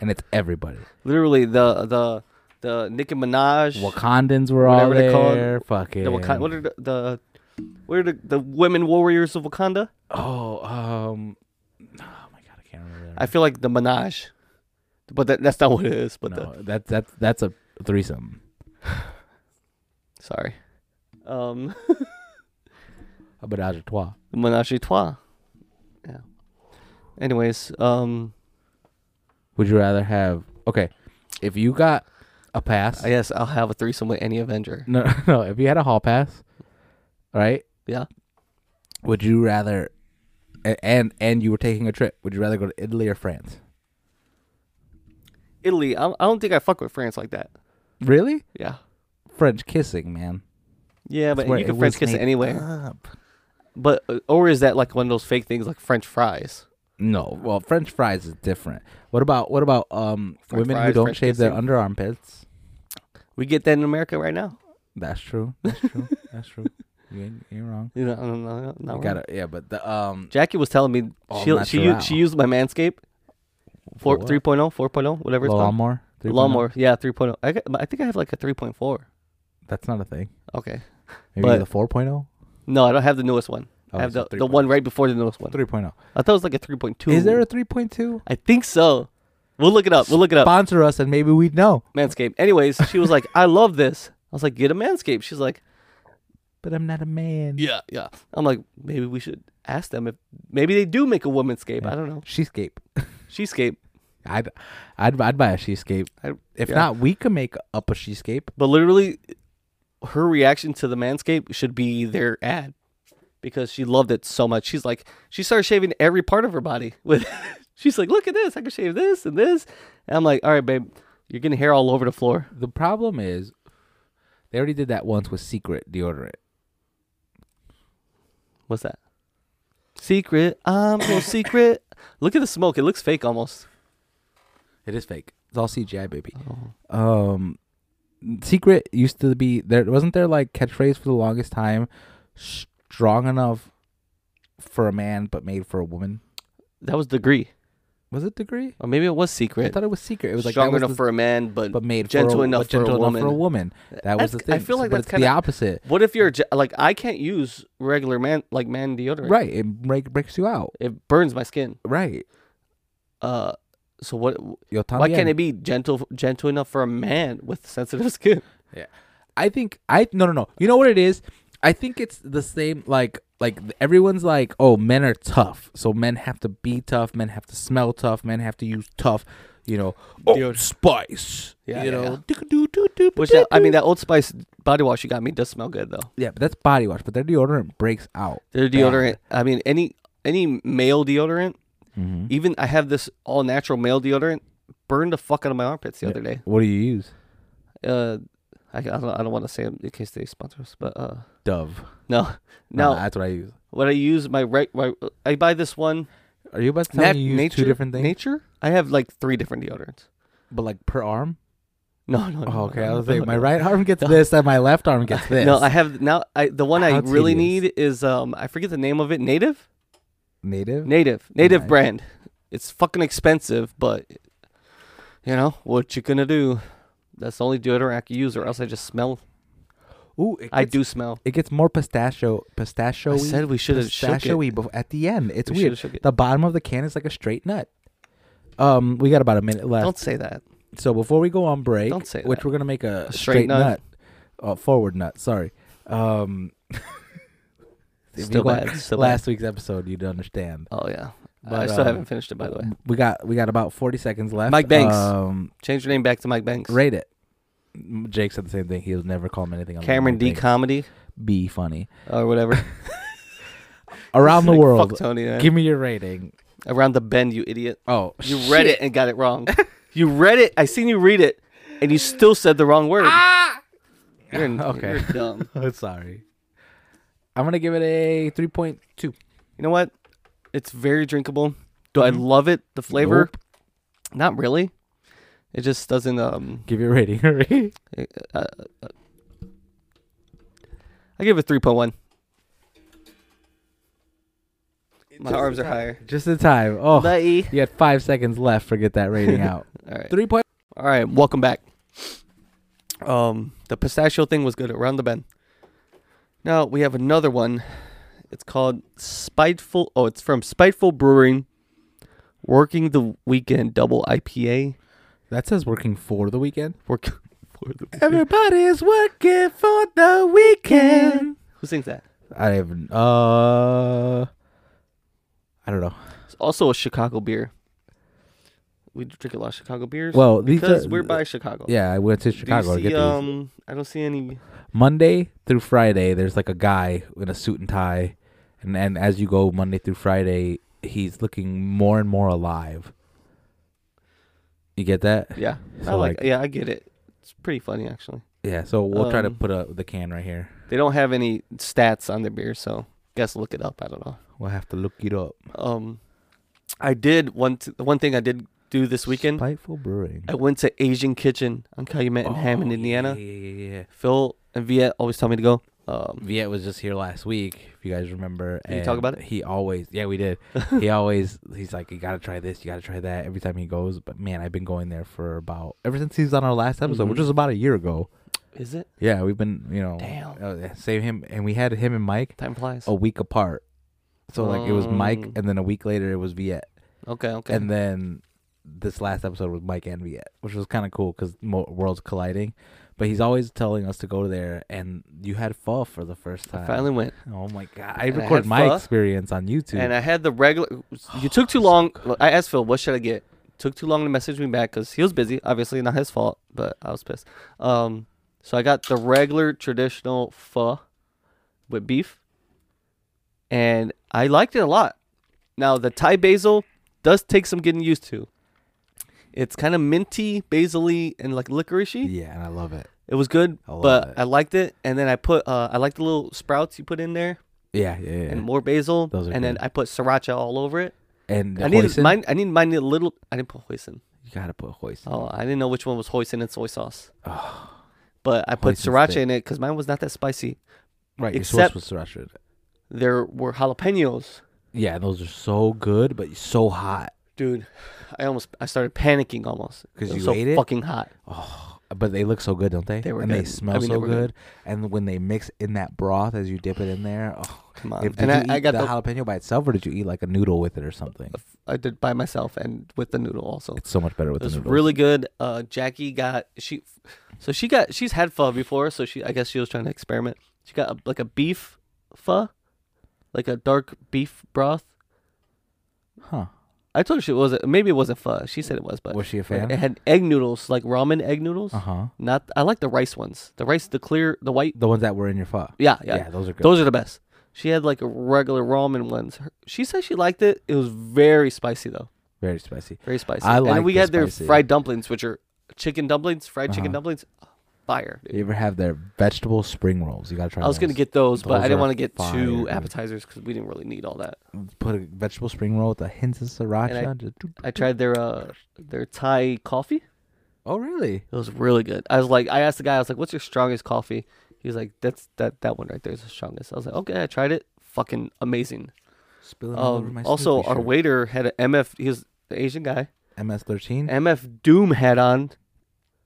A: And it's everybody.
C: Literally the the the Nicki Minaj.
A: Wakandans were all
C: Whatever they call it.
A: there. Fucking.
C: the Wakan- what are the, the what are the, the women warriors of Wakanda?
A: oh, um, oh my god, I can't remember. Their
C: I feel like the Minaj, but that, that's not what it is. But
A: no, that's that's that's a threesome.
C: the, sorry, um,
A: A ménage à trois.
C: the Menage a Trois. Yeah. Anyways, um,
A: Would you rather have? Okay, if you got a pass,
C: I guess I'll have a threesome with any Avenger.
A: no, no, if you had a hall pass, right?
C: Yeah.
A: Would you rather? a- And and you were taking a trip. Would you rather go to Italy or France?
C: Italy. I, I don't think I fuck with France like that.
A: Really?
C: Yeah.
A: French kissing, man.
C: Yeah, but
A: Where
C: you
A: it
C: can French
A: was
C: kiss
A: made
C: anywhere.
A: up.
C: But uh, or is that like one of those fake things like French fries?
A: No, well, French fries is different. What about what about um
C: French
A: women who
C: fries,
A: don't
C: French
A: shave their
C: kissing.
A: under armpits?
C: We get that in America right now.
A: That's true. That's true. That's true. You ain't, you ain't wrong.
C: You know, no, no, no, not
A: You
C: wrong.
A: gotta yeah, but the um
C: Jackie was telling me
A: Oh,
C: she she u-
A: natural.
C: she used my Manscaped four,
A: what?
C: 3.0, 4.0, whatever it's called.
A: lawnmower oh? 3.0?
C: Lawnmower. Yeah, 3.0. I, got, I think I have like a 3.4.
A: That's not a thing.
C: Okay.
A: Maybe
C: But-
A: the 4.0.
C: No, I don't have the newest one.
A: Oh,
C: I have
A: so
C: the, the one right before the newest one.
A: 3.0.
C: I thought it was like a 3.2.
A: Is there a 3.2?
C: I think so. We'll look it up. We'll look it up.
A: Sponsor us and maybe we'd know.
C: Manscaped. Anyways, she was like, I love this. I was like, get a Manscaped. She's like,
A: But I'm not a man.
C: yeah, yeah. I'm like, maybe we should ask them if maybe they do make a womanscape. I don't know.
A: Sheescape.
C: She'scape.
A: I'd, I'd, I'd buy a sheescape.
C: I-
A: If
C: yeah.
A: not, we could make up a sheescape.
C: But literally, her reaction to the Manscaped should be their ad because she loved it so much. She's like, she started shaving every part of her body. With, she's like, look at this, I can shave this and this. And I'm like, all right, babe, you're getting hair all over the floor.
A: The problem is, they already did that once with secret deodorant.
C: What's that? Secret, I'm no secret. Look at the smoke. It looks fake almost.
A: It is fake. It's all CGI, baby.
C: Oh.
A: Um, secret used to be there. Wasn't there like catchphrase for the longest time? Strong enough for a man, but made for a woman.
C: That was degree,
A: Was it degree?
C: or maybe it was
A: I
C: secret.
A: thought it was secret. It was like that
C: Strong
A: was
C: enough
A: the-
C: for a man, but,
A: but made
C: gentle
A: for a,
C: enough
A: but
C: for a Uh,
A: gentle enough for a woman. That was
C: That's-
A: the
C: I
A: thing.
C: feel like
A: but
C: that's
A: it's the
C: kinda-
A: opposite,
C: what if you're a ge- like I can't use regular man like man deodorant.
A: right? It break, breaks you out,
C: It burns my skin.
A: right?
C: Uh, so what?
A: Yo
C: Why can't it
A: también.
C: be gentle, gentle enough for a man with sensitive skin?
A: I think I no no no. You know what it is? I think it's the same. Like like everyone's like, oh, men are tough, so men have to be tough. Men have to smell tough. Men have to use tough. You know, oh,
C: Deodorant.
A: spice.
C: Yeah,
A: you
C: yeah,
A: know, do-do-do-do-do-do-do.
C: Which that, I mean, that Old Spice body wash you got me does smell good though.
A: yeah, but that's body wash. But their deodorant breaks out.
C: Their
A: Bad.
C: deodorant. I mean, any any male deodorant. Even I have this all natural male deodorant. Burned the fuck out of my armpits the other day.
A: What do you use?
C: Uh, I, I don't I don't want to say 'em in case they sponsor us, but uh,
A: Dove.
C: no,
A: No,
C: no.
A: that's what I use.
C: What I use my right, my, I buy this one.
A: Are you about to tell
C: nat-
A: me you use two different things,
C: Nature. I have like three different deodorants.
A: but like per arm?
C: No, no. no
A: Oh, okay,
C: no,
A: I
C: no,
A: was like,
C: no,
A: my
C: no.
A: right arm gets this, and my left arm gets this.
C: No, I have now. I the one
A: How
C: I really
A: tedious.
C: need is um I forget the name of it. Native,
A: native.
C: native, native
A: Nice.
C: brand. It's fucking expensive, but you know what you gonna do? That's the only deodorant I can use, or else I just smell.
A: Ooh, it
C: I
A: gets-
C: do smell.
A: It gets more pistachio, pistachio.
C: I said we should have shook it.
A: pistachio-y bef- at the end. It's
C: We
A: weird.
C: shoulda shook it.
A: The bottom of the can is like a straight nut. Um, we got about a minute left.
C: Don't say that.
A: so before we go on break,
C: Don't say
A: which
C: that.
A: we're gonna make a,
C: straight
A: straight, nut,
C: nut.
A: uh, forward nut. Sorry. Um, if you
C: Still
A: go
C: bad,
A: back
C: still bad.
A: last week's episode, you'd understand.
C: Oh yeah, I
A: But,
C: still
A: um,
C: haven't finished it by the way.
A: We got we got about forty seconds left.
C: Mike Banks.
A: Um,
C: Change your name back to Mike Banks.
A: rate it. M- Jake said the same thing. He'll never call him anything. other than
C: Cameron
A: Mike
C: D
A: Banks.
C: comedy
A: Be funny
C: or whatever.
A: around the
C: Like,
A: world.
C: Fuck Tony. man.
A: Give me your rating.
C: Around the bend, you idiot.
A: Oh,
C: You read it and got it wrong. you read it. I seen you read it, and you still said the wrong word. You're,
A: Okay.
C: you're dumb.
A: Oh, sorry. I'm gonna give it a three point two.
C: You know what? It's very drinkable. Do I love it? The flavor?
A: Mm-hmm. Nope.
C: Not really. It just doesn't. Um,
A: Give your rating. Hurry.
C: I give it three point one. My arms are higher.
A: Just in time. Oh,
C: Bye.
A: you had five seconds left for get that rating out.
C: All right.
A: Three point.
C: All right. Welcome back. Um, the pistachio thing was good around the bend. Now we have another one. It's called Spiteful. Oh, it's from Spiteful Brewing. Working the weekend double IPA.
A: That says working for the weekend.
C: Work for the.
A: Everybody's working for the weekend.
C: Who sings that?
A: I haven't. Uh, I don't know.
C: It's also a Chicago beer. We drink a lot of Chicago beers.
A: Well, these
C: because
A: are-
C: we're by Chicago.
A: Yeah, I went to
C: Do you
A: Chicago to
C: see,
A: get these.
C: um, I don't see any.
A: Monday through Friday, there's like a guy in a suit and tie, and and as you go Monday through Friday, he's looking more and more alive. You get that?
C: Yeah, I
A: So,
C: like.
A: like-
C: Yeah, I get it. It's pretty funny actually.
A: Yeah. So we'll try to
C: Um,
A: put a, the can right here.
C: They don't have any stats on their beer, so guess look it up. I don't know.
A: We'll have to look it up.
C: Um, I did one t- one thing I did do this weekend.
A: Spiteful Brewing.
C: I went to Asian Kitchen on Calumet and Hammond, Indiana.
A: Oh, Yeah, yeah, yeah.
C: Phil and Viet always tell me to go. Um,
A: Viet was just here last week, if you guys remember.
C: Did you talk
A: and
C: about it?
A: He always, yeah, we did. he always, he's like, you gotta try this, you gotta try that. Every time he goes, but man, I've been going there for about ever since he's on our last episode, which
C: Mhm.
A: was about a year ago.
C: is it
A: Yeah, we've been, you know,
C: Damn.
A: uh, yeah, save him, and we had him and Mike
C: time flies?
A: a week apart. So like it was Mike,
C: Um.
A: and then a week later it was Viet,
C: okay, okay.
A: and then this last episode was Mike and Viet, which was kind of cool because mo- worlds colliding. But he's always telling us to go there, and you had pho for the first time.
C: I finally went,
A: Oh my god! I
C: And I
A: record
C: had
A: my
C: pho.
A: experience on YouTube.
C: and I had the regular. You
A: Oh,
C: took too long. I asked Phil, "What should I get?" Took too long to message me back because he was busy. Obviously, not his fault, but I was pissed. Um, so I got the regular traditional pho with beef, and I liked it a lot. Now the Thai basil does take some getting used to. It's kind of minty, basil-y, and like licoricey.
A: yeah, and I love it.
C: It was good,
A: I love
C: but
A: it.
C: I liked it. And then I put, uh, I like the little sprouts you put in there,
A: Yeah, yeah, yeah.
C: and more basil,
A: Those are
C: and then
A: good.
C: I put sriracha all over it.
A: And
C: I need
A: hoisin?
C: mine. I need mine a little. I didn't put hoisin.
A: You gotta put hoisin.
C: Oh, I didn't know which one was hoisin and soy sauce.
A: Oh.
C: But I put
A: Hoisin's
C: sriracha
A: thick.
C: in it because mine was not that spicy.
A: Right,
C: except-
A: you're supposed to sriracha. it.
C: There were jalapenos,
A: Yeah, those are so good, but so hot.
C: dude. I almost I started panicking almost
A: 'Cause
C: was
A: you
C: so
A: ate it?
C: fucking hot.
A: But they look so good, don't they?
C: They were
A: and they
C: good.
A: smell
C: I mean, they
A: so
C: were
A: good.
C: good.
A: And when they mix in that broth as you dip it in there, oh.
C: Come on.
A: If, did
C: Uh, and
A: you
C: I,
A: eat
C: I got
A: the,
C: the,
A: jalapeno by itself, or did you eat like a noodle with it or something?
C: I did by myself and with the noodle also.
A: It's so much better with
C: It was
A: the noodles.
C: really good. Uh, Jackie got she, so she got she's had pho before, so she I guess she was trying to experiment. She got a, like a beef pho, like a dark beef broth.
A: huh?
C: I told her she was not maybe it wasn't pho. She said it was, but
A: Was she a
C: like,
A: fan?
C: it had egg noodles, like ramen egg noodles.
A: Uh huh.
C: Not I like the rice ones. The rice, the clear, the white.
A: The ones that were in your pho.
C: Yeah, yeah.
A: those are good.
C: Those are the best. She had like a regular ramen ones. Her- She said she liked it. It was very spicy though,
A: Very spicy.
C: very spicy.
A: I
C: and
A: like
C: then we
A: the
C: had their
A: spicy.
C: fried dumplings, which are chicken dumplings, fried chicken
A: Uh-huh.
C: dumplings, Oh, fire. dude.
A: You ever have their vegetable spring rolls? You gotta try.
C: I was gonna
A: those.
C: get those, but I
A: Those
C: didn't
A: are
C: want to get
A: fire,
C: two
A: dude.
C: appetizers because we didn't really need all that.
A: put a vegetable spring roll with a hint of sriracha. Just do-
C: I tried their uh their Thai coffee.
A: oh, really?
C: It was really good. I was like, I asked the guy, I was like, "What's your strongest coffee?" He was like, "That's that that one right there is the strongest." I was like, "Okay, I tried it. Fucking amazing."
A: Spilling all over
C: Um,
A: my
C: also,
A: Snoopy
C: our
A: shirt.
C: waiter had a MF. He was the Asian guy.
A: MS13.
C: MF Doom hat on.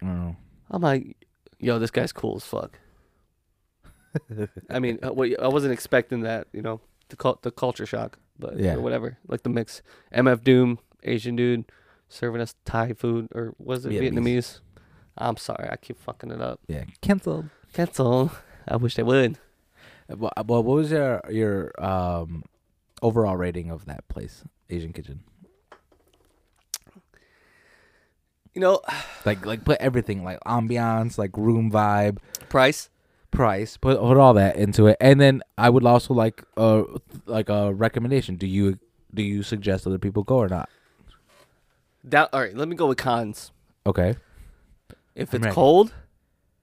A: I don't know.
C: I'm like, yo, this guy's cool as fuck. I mean, uh, wait, I wasn't expecting that, you know, the cult, the culture shock, but
A: Yeah.
C: or whatever, like the mix. MF Doom, Asian dude, serving us Thai food or was it
A: Vietnamese.
C: Vietnamese? I'm sorry, I keep fucking it up.
A: Yeah, canceled.
C: Cancel. I wish they would.
A: Uh, Well, uh, well, what was your your um overall rating of that place, Asian Kitchen?
C: You know,
A: Like, like put everything, like ambiance, like room vibe,
C: price.
A: price. Put put all that into it, and then I would also like uh like a recommendation. Do you do you suggest other people go or not?
C: Down. All right, let me go with cons.
A: Okay.
C: If
A: I'm
C: it's
A: ready.
C: cold,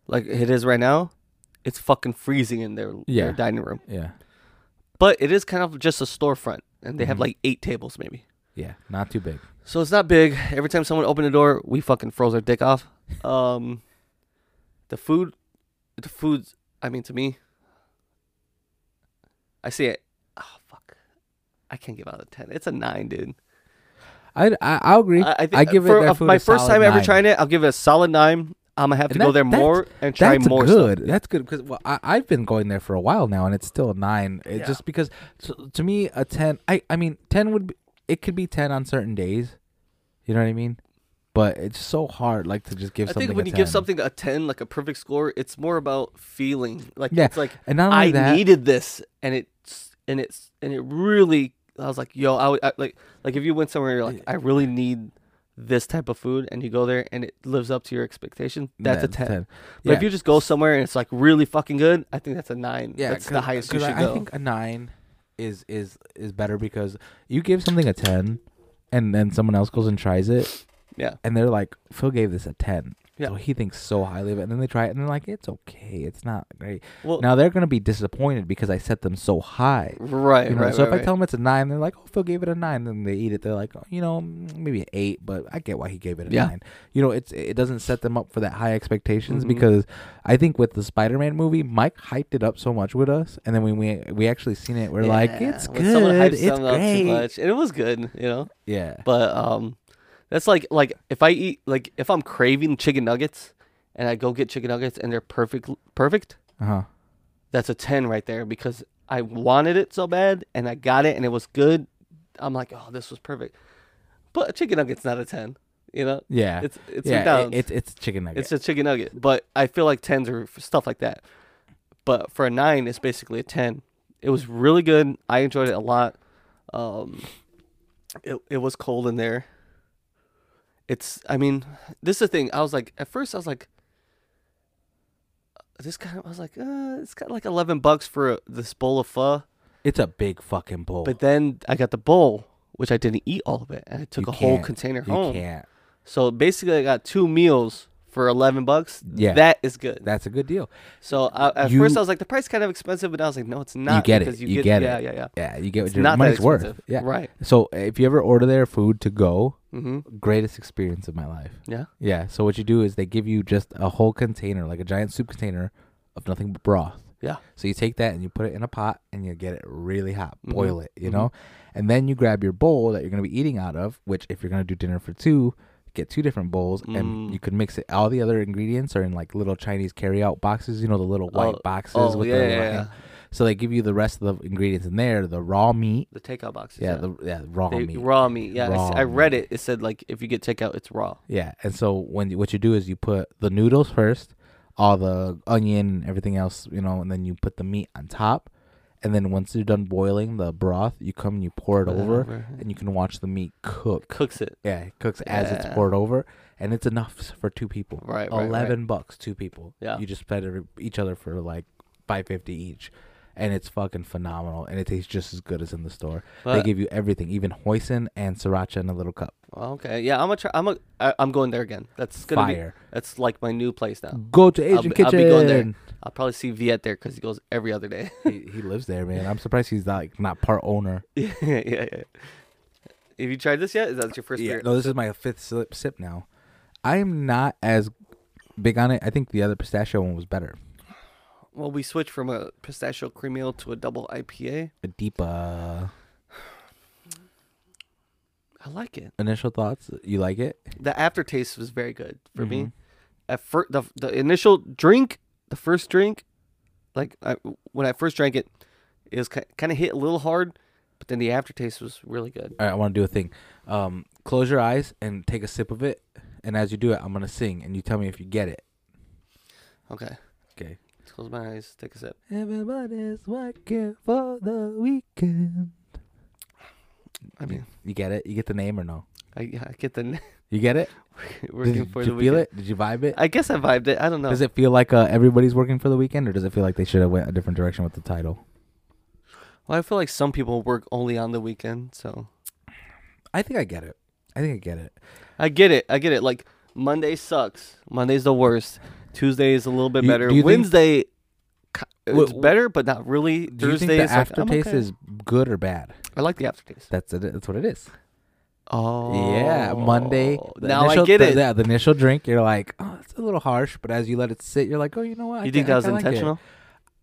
C: like it is right now, it's fucking freezing in their,
A: Yeah.
C: their dining room.
A: Yeah.
C: But it is kind of just a storefront, and they have
A: Mhm.
C: like eight tables maybe.
A: Yeah. Not too big.
C: So it's not big. Every time someone opened the door, we fucking froze our dick off. Um, the food, the food's. I mean, to me, I see it. Oh ah, fuck! I can't give out a ten. It's a nine, dude.
A: I I I'll agree.
C: I,
A: I,
C: I think
A: give it
C: for
A: that
C: a-
A: food
C: my
A: a
C: first
A: solid
C: time ever
A: nine.
C: trying it. I'll give it a solid nine. I'm gonna have to
A: And
C: go
A: that-
C: there
A: that's-
C: more and try
A: That's
C: more. stuff.
A: good. That's good because well, I, I've been going there for a while now, and it's still a nine. It,
C: Yeah.
A: Just because to, to me a ten, I I mean ten would be, it could be ten on certain days, you know what I mean? But it's so hard, like to just give
C: I
A: something.
C: think when
A: a
C: you
A: 10.
C: give something a ten, like a perfect score, it's more about feeling. Like
A: Yeah,
C: it's like
A: and not only
C: I
A: that,
C: needed this, and it's and it's and it really. I was like, yo, I, would, I like like if you went somewhere, you're like, I really need this type of food, and you go there and it lives up to your expectation. That's a ten. But
A: Yeah.
C: if you just go somewhere and it's like really fucking good, I think that's a nine.
A: Yeah,
C: that's the
A: 'cause-
C: highest you
A: 'cause
C: should
A: I,
C: go.
A: I think a nine is is is better because you give something a ten, and then someone else goes and tries it,
C: yeah,
A: and they're like, Phil gave this a ten,
C: Yeah.
A: so he thinks so highly of it, and then they try it, and they're like, it's okay, it's not great.
C: Well-
A: now they're gonna be disappointed because I set them so high.
C: right,
A: You know,
C: right.
A: so
C: right,
A: if I
C: right.
A: tell them it's a nine, they're like, "Oh, Phil gave it a nine. Then they eat it. They're like, oh, "You know, mm, maybe an eight, but I get why he gave it a
C: Yeah.
A: nine. You know, it's it doesn't set them up for that high expectations
C: Mhm.
A: because I think with the Spider-Man movie, Mike hyped it up so much with us, and then when we we actually seen it, we're like,
C: Yeah,
A: "It's
C: when someone hypes
A: good, it's
C: something up
A: great."
C: Too much. And it was good, you know.
A: Yeah,
C: But um, that's like like if I eat like if I'm craving chicken nuggets and I go get chicken nuggets and they're perfect perfect,
A: uh huh.
C: that's a ten right there because I wanted it so bad and I got it and it was good. I'm like, oh, this was perfect. But a chicken nugget's not a ten, you know.
A: Yeah,
C: It's it's
A: yeah. it-
C: McDonald's.
A: it's it's chicken nugget.
C: It's a chicken nugget, but I feel like tens are for stuff like that. But for a nine, it's basically a ten. It was really good. I enjoyed it a lot. Um, it it was cold in there. It's. I mean, this is the thing. I was like, at first, I was like, this kind of. I was like, uh, it's kind of like eleven bucks for this bowl of pho.
A: It's a big fucking bowl.
C: But then I got the bowl, which I didn't eat all of it, and I took
A: You
C: a whole
A: can't-
C: container
A: you
C: home.
A: can't.
C: So basically, I got two meals for eleven bucks.
A: Yeah.
C: that is good.
A: That's a good deal.
C: so I, at
A: You-
C: first, I was like, the price kind of expensive, but I was like, no, it's not.
A: you get
C: because
A: it. You, get,
C: yeah,
A: it.
C: Yeah, yeah,
A: Yeah, you get what
C: It's
A: your
C: not that
A: money's worth.
C: expensive.
A: Yeah.
C: Right.
A: So if you ever order their food to go,
C: Mm-hmm.
A: greatest experience of my life.
C: Yeah.
A: Yeah. So what you do is they give you just a whole container, like a giant soup container of nothing but broth.
C: Yeah.
A: So you take that and you put it in a pot and you get it really hot,
C: Mhm,
A: boil it, you
C: mhm.
A: know? And then you grab your bowl that you're going to be eating out of, which if you're going to do dinner for two, get two different bowls
C: Mm.
A: and you can mix it. All the other ingredients are in like little Chinese carry out boxes, you know, the little white
C: Oh,
A: boxes
C: oh,
A: with
C: yeah,
A: the
C: yeah,
A: line.
C: yeah.
A: So they give you the rest of the ingredients in there, the raw meat.
C: The takeout boxes.
A: Yeah, the yeah, raw
C: They-
A: meat.
C: raw meat. Yeah, I s-
A: Raw
C: I, read it. It said like if you get takeout, it's raw.
A: Yeah, and so when you- what you do is you put the noodles first, all the onion and everything else, you know, and then you put the meat on top, and then once you're done boiling the broth, you come and you pour it
C: Pour it
A: over,
C: over, yeah.
A: and you can watch the meat cook.
C: Cooks it.
A: Yeah, it cooks as it's
C: Yeah.
A: poured over, and it's enough s- for two people.
C: Right, right, right.
A: eleven bucks, two people.
C: Yeah.
A: you just fed every- each other for like five fifty each, and it's fucking phenomenal, and it tastes just as good as in the store. they
C: But-
A: give you everything, even hoisin and sriracha in a little cup.
C: Well, okay. Yeah, I'm gonna try. I'm a. I, I'm going there again. That's gonna
A: Fire.
C: be. That's like my new place now.
A: Go to Asian
C: I'll, be- I'll
A: Kitchen.
C: be going there. I'll probably see Viet there because he goes every other day.
A: he, he lives there, man. I'm surprised he's not, like not part owner.
C: yeah, yeah, yeah. Have you tried this yet? Is that your first beer?
A: No, this is my fifth sip, sip now. I am not as big on it. I think the other pistachio one was better.
C: Well, we switched from a pistachio cream ale to a double IPA.
A: A deep uh,
C: I like it.
A: initial thoughts. You like it?
C: The aftertaste was very good for
A: Mm-hmm.
C: me. At first, the the initial drink, the first drink, like I, when I first drank it, it was kind of hit a little hard, but then the aftertaste was really good.
A: All right, I want to do a thing. Um, close your eyes and take a sip of it. And as you do it, I'm gonna sing, and you tell me if you get it.
C: Okay,
A: Okay.
C: close my eyes, take a sip.
A: Everybody's working for the weekend.
C: I mean,
A: You get it? You get the name or no?
C: I, yeah, I get the n-
A: You get it? Did,
C: working
A: you-
C: for
A: did
C: the
A: you feel
C: weekend.
A: it? Did you vibe it?
C: I guess I vibed it. I don't know.
A: Does it feel like uh, everybody's working for the weekend, or does it feel like they should have went a different direction with the title?
C: well, I feel like some people work only on the weekend, so
A: I think I get it. I think I get it.
C: I get it. I get it. Like Monday sucks. Monday's the worst. Tuesday is a little bit
A: You-
C: better.
A: do you think-
C: Wednesday, ki-
A: Wh-
C: it's
A: wh-
C: better, but not really.
A: Do you
C: Thursday
A: think the
C: is like, I'm
A: aftertaste
C: okay.
A: is good or bad?
C: I like the aftertaste.
A: That's it. That's what it is.
C: Oh
A: Yeah, Monday. the
C: Now
A: initial-
C: I get
A: the-
C: it.
A: yeah, the initial drink, you're like, oh, it's a little harsh, but as you let it sit, you're like, oh, you know what? I
C: you think
A: get- I
C: that
A: kinda
C: was
A: like it."
C: intentional?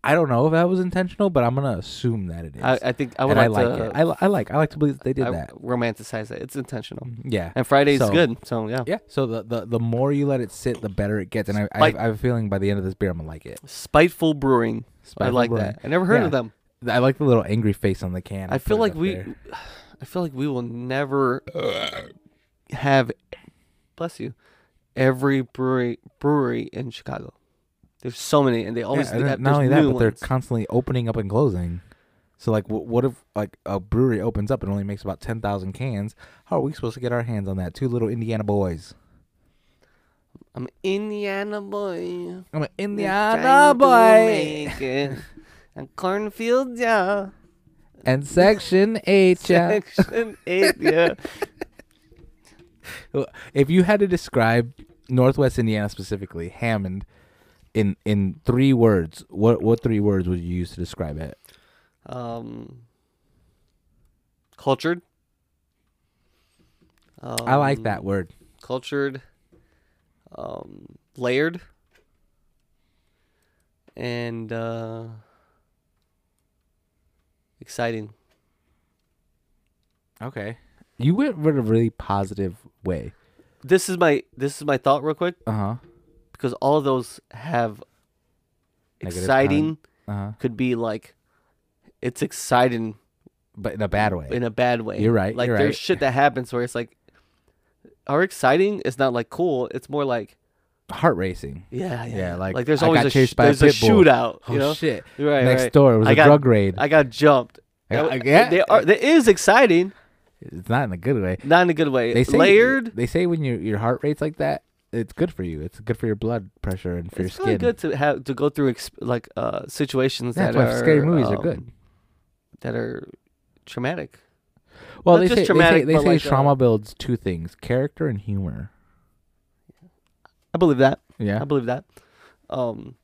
A: I don't know if that was intentional, but I'm gonna assume that it is.
C: I, I think I would
A: and I
C: like,
A: like
C: to.
A: it. I, li- I like. I like to believe that they did
C: I
A: that. Um,
C: romanticize it. It's intentional.
A: Yeah.
C: And Friday's
A: So-
C: good. So yeah.
A: Yeah. So the, the the more you let it sit, the better it gets. And I, I,
C: Spite-
A: have, I have a feeling by the end of this beer, I'm gonna like it.
C: Spiteful Brewing. I
A: Spiteful
C: like
A: Brewing.
C: that. I never heard
A: Yeah.
C: of them.
A: I like the little angry face on the can.
C: I feel
A: put it
C: like
A: up
C: we,
A: there.
C: I feel like we will never have, bless you, every brewery brewery in Chicago. There's so many, and they always
A: Yeah, and
C: they
A: then
C: have,
A: not
C: there's
A: only that,
C: new
A: but they're
C: ones.
A: constantly opening up and closing. So like, wh- what if like a brewery opens up and only makes about ten thousand cans? How are we supposed to get our hands on that? Two little Indiana boys.
C: I'm Indiana boy.
A: I'm an Indiana
C: Indiana
A: boy.
C: boy. And cornfield, yeah.
A: And section H. yeah.
C: Section eight, yeah.
A: If you had to describe Northwest Indiana specifically, Hammond, in in three words, what what three words would you use to describe it?
C: Um, cultured. Um,
A: I like that word.
C: cultured, um, layered, and uh, exciting.
A: Okay. You went in a really positive way.
C: This is my this is my thought real quick
A: Uh huh.
C: because all of those have
A: Negative
C: exciting
A: Uh huh.
C: could be like it's exciting
A: But in a bad way.
C: in a bad way.
A: You're right,
C: Like
A: you're
C: there's
A: right.
C: shit that happens where it's like are exciting. It's not like cool. It's more like
A: Heart racing.
C: yeah, yeah.
A: Yeah, like,
C: like there's
A: I
C: always
A: got
C: a sh-
A: chased by a
C: there's a,
A: pit bull.
C: shootout.
A: Oh
C: you know?
A: shit!
C: Right,
A: Next
C: right.
A: door it was
C: I
A: a
C: got-
A: drug raid.
C: I got jumped.
A: I-
C: That-
A: I- yeah.
C: They are. That is exciting,
A: it's not in a good way.
C: not in a good way.
A: They say
C: Layered.
A: They say when your your heart rates like that, it's good for you. It's good for your blood pressure and for
C: it's
A: your
C: really
A: skin.
C: good to have to go through exp- like uh, situations
A: Yeah,
C: that
A: that's why
C: are
A: scary movies are good.
C: um, That are traumatic.
A: Well,
C: Not
A: they
C: just
A: say, they say-
C: traumatic,
A: they
C: but
A: say
C: like, uh,
A: trauma builds two things: character and humor.
C: I believe that.
A: Yeah.
C: I believe that. Um,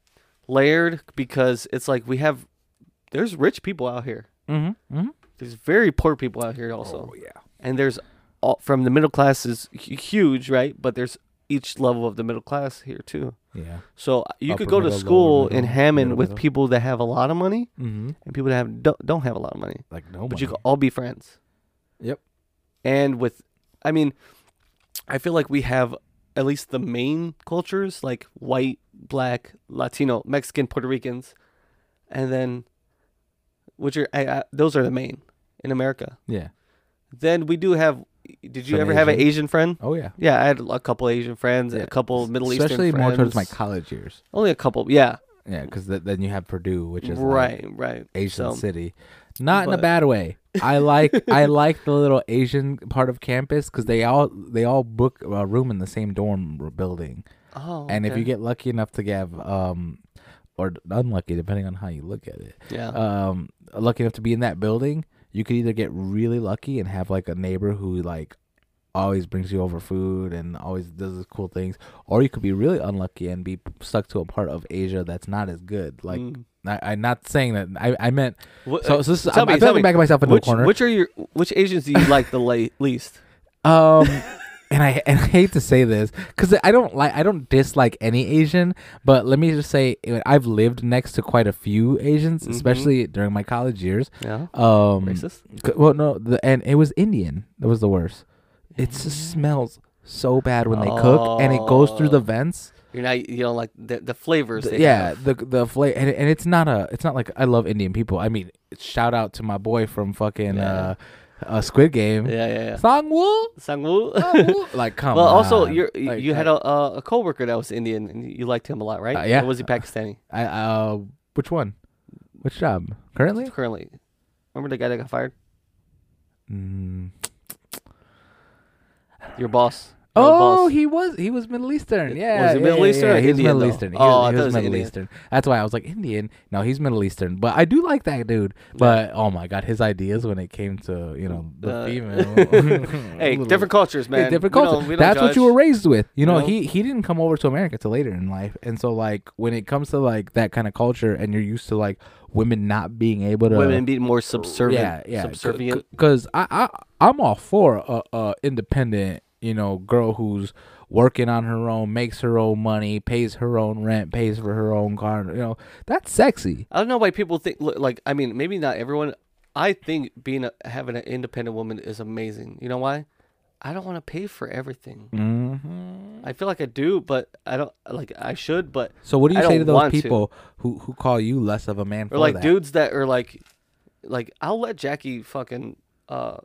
C: layered because it's like we have. There's rich people out here.
A: Mm-hmm. mm-hmm.
C: There's very poor people out here also,
A: Oh yeah.
C: and there's all, from the middle class is hu- huge, right? But there's each level of the middle class here too.
A: Yeah.
C: So uh, you could
A: Upper
C: go to
A: middle, lower
C: school in
A: middle,
C: Hammond
A: middle
C: with
A: middle.
C: people that have a lot of money
A: Mm-hmm.
C: and people that have don't, don't have a lot of money.
A: Like no.
C: But you
A: money.
C: can all be friends.
A: Yep.
C: And with, I mean, I feel like we have at least the main cultures like white, black, Latino, Mexican, Puerto Ricans, and then, which are I, I, those are the main in America.
A: Yeah.
C: Then we do have. Did you
A: Some
C: ever have an
A: Asian.
C: Asian friend?
A: Oh yeah.
C: Yeah, I had a couple Asian friends,
A: Yeah.
C: a couple Middle
A: Especially
C: Eastern friends.
A: more towards my college years.
C: Only a couple, yeah.
A: Yeah, because th- then you have Purdue, which is like,
C: Right, right.
A: Asian
C: So-
A: city. Not in a
C: but-
A: bad way. I like I like the little Asian part of campus because they all they all book a room in the same dorm r- building,
C: Oh,
A: and if
C: okay.
A: you get lucky enough to have um, or d- unlucky depending on how you look at it,
C: yeah,
A: um, lucky enough to be in that building, you could either get really lucky and have like a neighbor who like always brings you over food and always does these cool things, or you could be really unlucky and be p- stuck to a part of Asia that's not as good. Like
C: Mm.
A: I, I'm not saying that. I, I meant
C: What-
A: so, so this is,
C: tell
A: I'm,
C: me,
A: I'm
C: tell
A: talking
C: me,
A: back myself into
C: which,
A: a corner.
C: Which are your which Asians do you like the la- least?
A: um, and I and I hate to say this because I don't like I don't dislike any Asian, but let me just say uh, I've lived next to quite a few Asians,
C: Mhm.
A: especially during my college years.
C: Yeah,
A: Um,
C: racist.
A: c- Well, no, the, and it was Indian. That was the worst. It just smells so bad when they cook, and it goes through the
C: Oh.
A: vents.
C: You're not you don't like the, the flavors.
A: The-
C: they
A: yeah,
C: have.
A: the the flavor, and, and it's not a, it's not like I love Indian people. I mean, shout out to my boy from fucking
C: Yeah.
A: uh, uh, Squid Game,
C: yeah, yeah, yeah.
A: Sangwoo.
C: Sangwoo.
A: like Oh, come
C: Oh, well, also
A: on.
C: you
A: Like,
C: you had
A: I-
C: a uh, a coworker that was Indian and you liked him a lot, right?
A: Uh, yeah.
C: Or was he Pakistani
A: I- uh, which one? Which job? Currently?
C: currently? Remember the guy that got fired?
A: Mm.
C: Your boss. Your old
A: Oh,
C: boss.
A: he was he was Middle Eastern. Yeah,
C: was he
A: yeah,
C: Middle
A: yeah,
C: Eastern
A: yeah,
C: or
A: He was
C: Indian,
A: Middle
C: though?
A: Eastern. He
C: Oh,
A: was,
C: I
A: he
C: thought
A: was
C: it was
A: Middle
C: Indian.
A: Eastern. That's why I was like Indian. No, he's Middle Eastern. But I do like that dude. But oh my god, his ideas when it came to you know the
C: Uh,
A: female.
C: Hey,
A: Little-
C: different cultures, man.
A: Yeah, different
C: We
A: culture.
C: don't- we don't
A: That's what you
C: judge.
A: were raised with. You know,
C: know?
A: he he didn't come over to America till later in life, and so like when it comes to like that kind of culture, and you're used to like women not being able to
C: Women be more
A: yeah
C: subservient.
A: yeah
C: Subservient.
A: because I I I'm all for a, a independent you know girl who's working on her own, makes her own money, pays her own rent, pays for her own car. You know, that's sexy.
C: I don't know why people think look, like I mean maybe not everyone. I think being a, having an independent woman is amazing. You know why? I don't want to pay for everything. I feel like I do, but I don't like I should, but
A: So what do you
C: I
A: say
C: don't
A: to
C: want
A: those
C: to.
A: people who who call you less of a man for
C: or like
A: that?
C: dudes that are like like I'll let Jackie fucking uh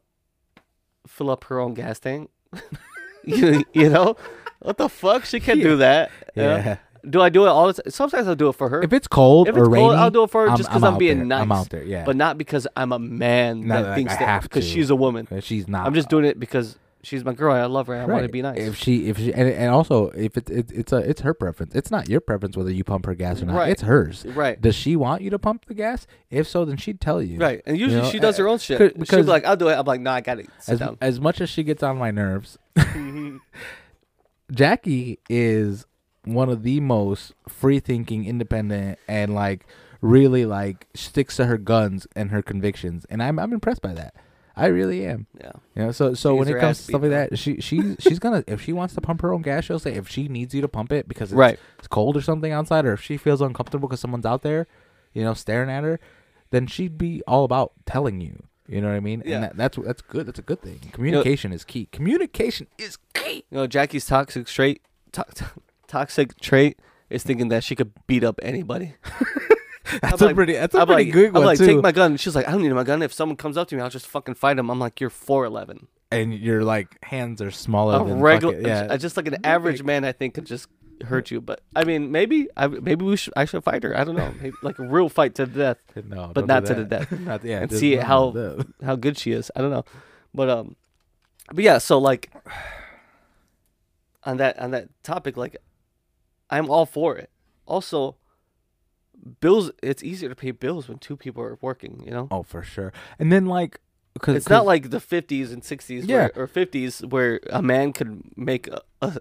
C: fill up her own gas tank. you, you know? What the fuck? She can't do that. you know?
A: Yeah.
C: Do I do it all the time? Sometimes I'll do it for her.
A: If it's cold
C: If
A: or
C: it's
A: rainy,
C: cold, I'll do it for her just because I'm,
A: out
C: being
A: there.
C: nice.
A: I'm out there, yeah.
C: But not because I'm a man
A: Not
C: that
A: like
C: thinks
A: I
C: that
A: have
C: because
A: to.
C: she's a woman.
A: Uh, she's not.
C: I'm just doing it because she's my girl. I love her. I want to
A: Right.
C: be nice.
A: If she, if she, and, and also if it, it, it's a, it's her preference. It's not your preference whether you pump her gas or not.
C: Right.
A: It's hers.
C: Right.
A: Does she want you to pump the gas? If so, then she'd tell you.
C: right. And usually
A: know,
C: she does her
A: uh,
C: own shit.
A: could-
C: She'll
A: because-
C: be like, I'll do it. I'm like, no, I got it. Sit
A: As,
C: down. Mm-hmm.
A: as much as she gets on my nerves, Jackie is one of the most free thinking, independent, and like really like sticks to her guns and her convictions. And I'm I'm impressed by that. I really am.
C: Yeah.
A: You know, so so
C: She's
A: when it
C: her
A: comes
C: ass
A: to stuff
C: beat,
A: like that, she she's she's gonna if she wants to pump her own gas, she'll say if she needs you to pump it because it's,
C: Right.
A: it's cold or something outside, or if she feels uncomfortable because someone's out there, you know, staring at her, then she'd be all about telling you. You know what I mean?
C: Yeah.
A: And that, that's that's good. That's a good thing. Communication is key. Communication is key.
C: You know, Jackie's toxic trait, to- to- toxic trait is thinking that she could beat up anybody.
A: That's
C: I'm
A: a
C: like-
A: pretty that's a
C: I'm
A: pretty
C: like,
A: good
C: I'm
A: one
C: like,
A: too.
C: take my gun. She's like, I don't need my gun. If someone comes up to me, I'll just fucking fight him. I'm like, you're four eleven.
A: and your like hands are smaller
C: A
A: than
C: regular,
A: fucking- yeah.
C: uh, just like an average man, I think could just hurt you. But I mean, maybe, I maybe we should, I should fight her. I don't know, maybe, like a real fight to the death.
A: no, don't
C: but
A: do
C: not to the
A: that.
C: death.
A: not, yeah,
C: and
A: just-
C: see
A: no,
C: how
A: no.
C: how good she is. I don't know, but um, but yeah. So like, on that on that topic, like, I'm all for it. Also, bills. It's easier to pay bills when two people are working. You know,
A: Oh, for sure. And then like cause,
C: it's not
A: 'cause-
C: like the 50s and 60s
A: Yeah.
C: where, or 50s where a man could make a. a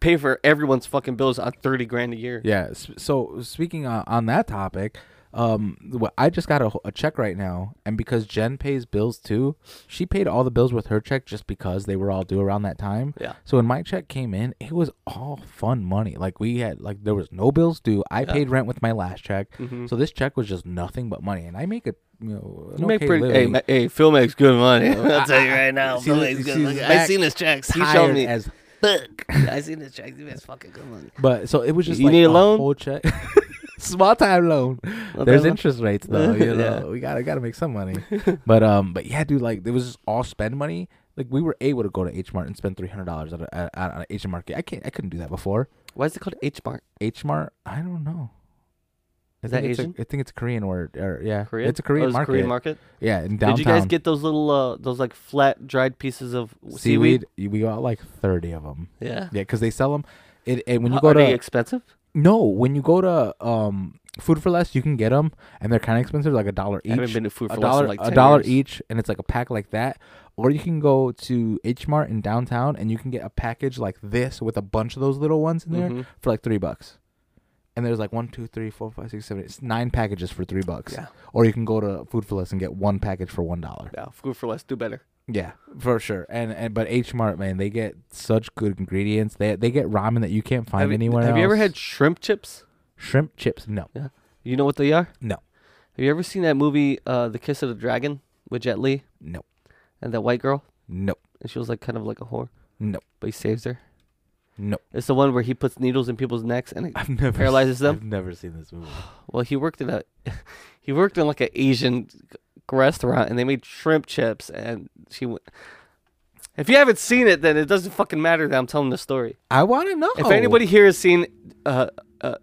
C: Pay for everyone's fucking bills on thirty grand a year.
A: Yeah. s- So speaking on, on that topic, um, wh- I just got a, a check right now, and because Jen pays bills too, she paid all the bills with her check just because they were all due around that time.
C: Yeah.
A: So when my check came in, it was all fun money. Like we had, like there was no bills due. I paid rent with my last check, so this check was just nothing but money, and I make a you know an
C: Mm-hmm. You make
A: okay
C: pretty, hey,
A: living.
C: ma- hey, Phil makes good money. I'll tell you right now,
A: See
C: Phil
A: the-
C: makes good
A: see
C: money.
A: his
C: I
A: back
C: seen his checks. He showed
A: Tired
C: me.
A: as
C: Look, I seen this check. This man's fucking good money.
A: But so it was just
C: You
A: like
C: need a
A: a
C: loan?
A: whole check, small time loan.
C: Small
A: There's
C: time loan?
A: interest rates though. You
C: Yeah.
A: know, we gotta gotta make some money. but um, but yeah, dude, like it was just all spend money. Like we were able to go to H Mart and spend three hundred dollars at a, at, at H Mart. I can't, I couldn't do that before.
C: Why is it called H Mart?
A: H Mart, I don't know. I
C: Is that
A: think it's a-
C: Asian?
A: I think it's a Korean word. Or, yeah,
C: Korean.
A: It's a Korean
C: oh, it's
A: market.
C: Korean market.
A: Yeah, in downtown.
C: Did you guys get those little, uh, those like flat dried pieces of w-
A: seaweed? We got like thirty of them.
C: Yeah.
A: Yeah, because they sell them. It, and when you
C: H-
A: go
C: Are
A: to
C: they expensive?
A: No, when you go to um Food for Less, you can get them, and they're kind of expensive, like a dollar each.
C: I haven't been to Food
A: a
C: for Less in,
A: dollar,
C: like,
A: a
C: 10
A: dollar
C: years.
A: each, and it's like a pack like that. Or you can go to H Mart in downtown, and you can get a package like this with a bunch of those little ones in there
C: Mhm.
A: for like three bucks. And there's like one, two, three, four, five, six, seven, eight. It's nine packages for three bucks.
C: Yeah.
A: Or you can go to Food for Less and get one package for one dollar.
C: Yeah. Food for less. Do better.
A: Yeah, for sure. And and but H Mart, man, they get such good ingredients. They they get ramen that you can't find
C: have you-
A: anywhere
C: have you ever
A: else.
C: had shrimp chips?
A: shrimp chips? No,
C: Yeah. You know what they are?
A: no,
C: Have you ever seen that movie, uh, The Kiss of the Dragon, with Jet Li
A: no.
C: and that white girl,
A: No,
C: and she was like kind of like a whore,
A: no,
C: but he saves her.
A: no.
C: It's the one where he puts needles in people's necks and it
A: I've never
C: Paralyzes them?
A: I've never seen this movie.
C: Well, he worked in a he worked in like an Asian g- restaurant, and they made shrimp chips. And she, w- if you haven't seen it, then it doesn't fucking matter that I'm telling the story.
A: I want to know
C: If anybody here has seen uh, uh,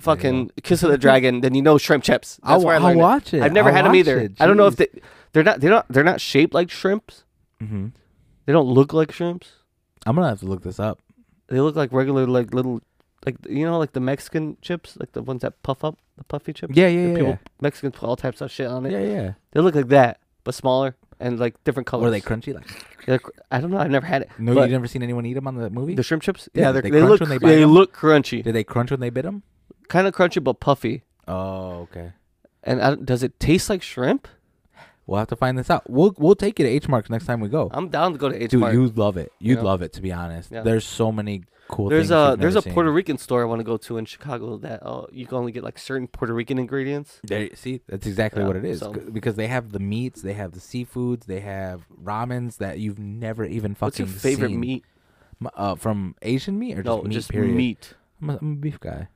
C: fucking Kiss of the Dragon, then you know shrimp chips. That's
A: I'll-
C: where I
A: I'll
C: learned
A: watch it.
C: I've never
A: I'll
C: had them
A: watch
C: either.
A: it.
C: I don't know if
A: Jeez.
C: they they're not they're not they're not shaped like shrimps.
A: Mhm.
C: They don't look like shrimps.
A: I'm gonna have to look this up.
C: They look like regular like little like you know like the Mexican chips, like the ones that puff up, the puffy chips.
A: Yeah, yeah,
C: that
A: yeah,
C: people,
A: yeah.
C: Mexicans put all types of shit on it.
A: Yeah, yeah.
C: They look like that, but smaller and like different colors.
A: Were they crunchy? Like,
C: They're cr- I don't know. I've never had it.
A: no,
C: but
A: you've never seen anyone eat them on the movie.
C: the shrimp chips.
A: Yeah,
C: Yeah, they're,
A: they
C: they,
A: crunch
C: look
A: when they
C: they,
A: bite 'em?
C: look crunchy,
A: Did they crunch when they bit them?
C: kind of crunchy but puffy.
A: Oh, okay.
C: And I, don't- does it taste like shrimp?
A: We'll have to find this out. We'll we'll take you to H Marks next time we go.
C: I'm down to go to
A: Oh.
C: H
A: Dude,
C: Mart.
A: you'd love it. You'd
C: Yeah.
A: love it to be honest.
C: Yeah.
A: There's so many cool
C: there's
A: things.
C: a
A: we've
C: there's
A: never
C: a
A: seen.
C: Puerto Rican store I want to go to in Chicago that uh, you can only get like certain Puerto Rican ingredients.
A: There, you- see, that's exactly
C: Yeah,
A: what it is
C: so-
A: c- because they have the meats, they have the seafoods, they have ramens that you've never even fucking.
C: What's your favorite
A: seen.
C: meat?
A: M- Uh, from Asian meat or just
C: No,
A: meat?
C: just
A: period?
C: meat.
A: I'm a, I'm a beef guy.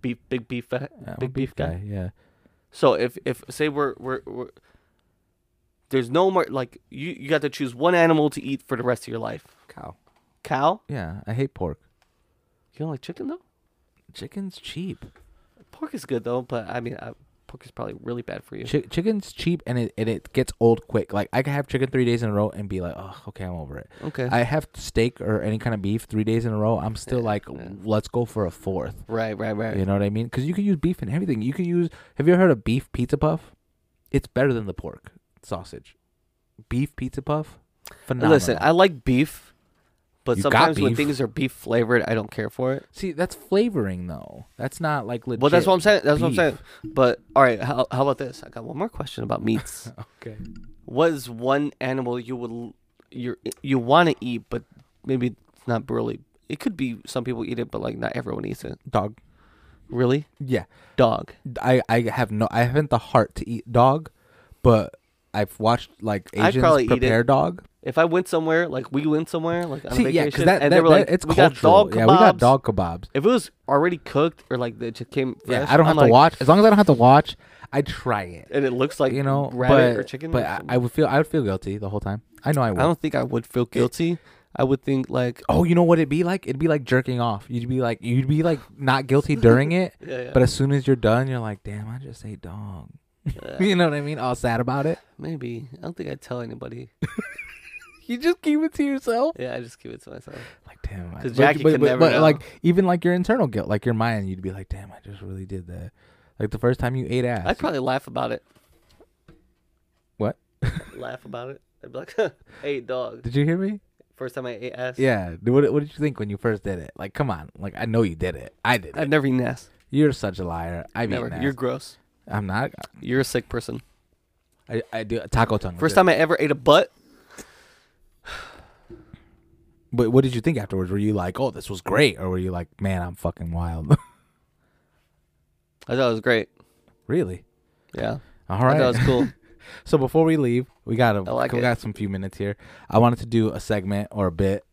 C: Beef, big beef, fat,
A: Yeah, I'm a
C: big beef guy.
A: Yeah.
C: So if if say we're we're, we're there's no more like you you got to choose one animal to eat for the rest of your life.
A: Cow.
C: Cow?
A: Yeah, I hate pork.
C: You don't like chicken though?
A: Chicken's cheap.
C: Pork is good though, but I mean, I, pork is probably really bad for you.
A: Chi- chicken's cheap and it and it gets old quick. Like I can have chicken three days in a row and be like, oh, okay, I'm over it.
C: Okay.
A: I have steak or any kind of beef three days in a row. I'm still like, let's go for a fourth.
C: right, right, right.
A: You know what I mean? Because you can use beef in everything. You can use. Have you ever heard of beef pizza puff? It's better than the pork sausage. Beef pizza puff, phenomenal.
C: Listen, I like beef, but
A: You got
C: sometimes when
A: beef.
C: things are beef flavored, I don't care for it.
A: see that's flavoring though. That's not like legit.
C: Well, that's what I'm saying. That's what I'm
A: beef.
C: saying. But all right, how, how about this? I got one more question about meats.
A: Okay.
C: what is one animal you would l- you you want to eat, but maybe it's not really? It could be some people eat it, but like not everyone eats it.
A: Dog.
C: Really,
A: Yeah.
C: dog.
A: I I have no I haven't the heart to eat dog, but I've watched like
C: I'd probably
A: Asians
C: eat it.
A: prepare dog.
C: If I went somewhere, like we went somewhere, like on
A: See, yeah,
C: vacation,
A: because that,
C: and
A: that,
C: they were
A: that-
C: like,
A: it's
C: we
A: cultural.
C: got dog
A: yeah, we got
C: kebabs."
A: dog kebabs.
C: If it was already cooked or like it just came
A: Yeah,
C: fresh,
A: I don't have
C: I'm like-
A: to watch as long as I don't have to watch. I try it.
C: and it looks like
A: you know,
C: rabbit
A: but,
C: or chicken.
A: but
C: or
A: I,
C: something.
A: I would feel I would feel guilty the whole time. I know I would.
C: I don't think I would feel guilty. I would think like,
A: oh, you know what it'd be like? It'd be like jerking off. You'd be like you'd be like not guilty during it,
C: Yeah, yeah.
A: but as soon as you're done, you're like, damn, I just ate dog. you know what I mean? All sad about it.
C: maybe I don't think I'd tell anybody.
A: You just keep it to yourself.
C: Yeah, I just keep it to myself.
A: Like damn, I-
C: 'Cause
A: but-
C: Jackie
A: but,
C: could
A: but-
C: never
A: but,
C: know.
A: like even like your internal guilt, like your mind, you'd be like, damn, I just really did that. Like the first time you ate ass.
C: I'd probably laugh about it.
A: what?
C: laugh about it. I'd be like, "Hey, dog!
A: Did you hear me?
C: First time I ate ass."
A: Yeah. d- What, what did you think when you first did it? Like, come on. Like, I know you did it. I did it.
C: I've never eaten ass.
A: You're such a liar. I mean,
C: Never. You're gross.
A: I'm not.
C: You're a sick person.
A: I, I do taco tongue. was
C: First
A: it.
C: time I ever ate a butt.
A: But what did you think afterwards? Were you like, oh, this was great, or were you like, man, I'm fucking wild?
C: I thought it was great.
A: really?
C: Yeah,
A: All
C: I
A: right.
C: thought it was cool.
A: so before we leave, we got a,
C: I like
A: we
C: it.
A: got some few minutes here. I wanted to do a segment or a bit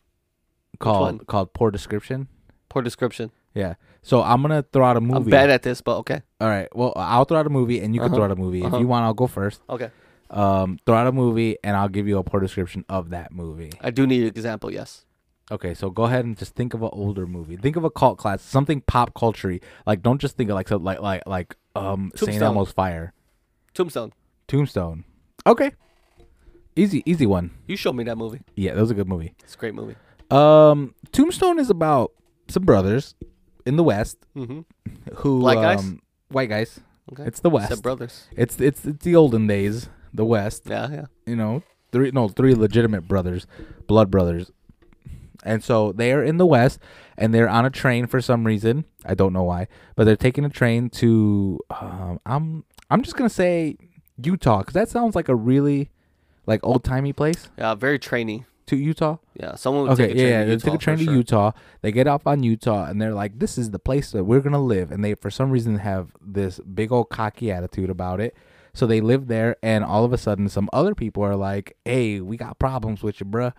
C: one?
A: called called poor description.
C: Poor description.
A: Yeah. So I'm gonna throw out a movie.
C: I'm bad at this, but okay.
A: All right. Well, I'll throw out a movie, and you can
C: Uh-huh.
A: throw out a movie
C: Uh-huh.
A: if you want. I'll go first.
C: Okay.
A: Um, throw out a movie, and I'll give you a poor description of that movie.
C: I do need an example. Yes.
A: Okay, so go ahead and just think of an older movie. Think of a cult class, something pop culture. Like, don't just think of like so, like like like um Saint
C: Tombstone.
A: Elmo's Fire,
C: Tombstone.
A: Tombstone. Okay, easy easy one.
C: You showed me that movie.
A: Yeah, that was a good movie.
C: It's a great movie.
A: Um, Tombstone is about some brothers in the West
C: Mm-hmm.
A: who
C: Black guys?
A: um, white guys.
C: Okay.
A: It's the West.
C: Step brothers.
A: It's it's it's the olden days, the West.
C: Yeah, yeah.
A: you know, three no, three legitimate brothers, blood brothers. And so they are in the West and they're on a train for some reason. I don't know why, but they're taking a train to um I'm I'm just going to say Utah cuz that sounds like a really like old-timey place
C: Yeah, very trainy.
A: to Utah.
C: Yeah, someone would
A: Okay,
C: take a train
A: yeah, yeah.
C: to
A: They
C: Utah.
A: took a
C: for
A: train to
C: sure.
A: Utah. They get off on Utah, and they're like, "This is the place that we're gonna live." And they, for some reason, have this big old cocky attitude about it. So they live there, and all of a sudden, some other people are like, "Hey, we got problems with you, bruh."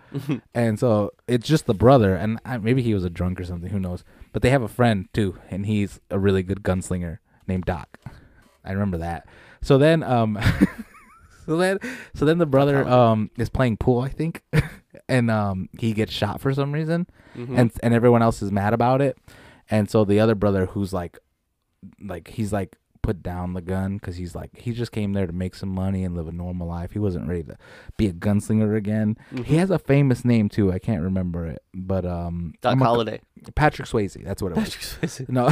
A: and so it's just the brother, and I, maybe he was a drunk or something. Who knows? But they have a friend too, and he's a really good gunslinger named Doc. I remember that. So then, um, so then, so then the brother um is playing pool, I think, and um he gets shot for some reason,
C: Hmm. Mm-hmm.
A: and and everyone else is mad about it, and so the other brother who's like, like he's like put down the gun because he's like he just came there to make some money and live a normal life. He wasn't ready to be a gunslinger again.
C: Mm-hmm.
A: He has a famous name too. I can't remember it, but um,
C: Doc
A: I'm gonna-
C: Holliday.
A: Patrick Swayze. That's what it was. No,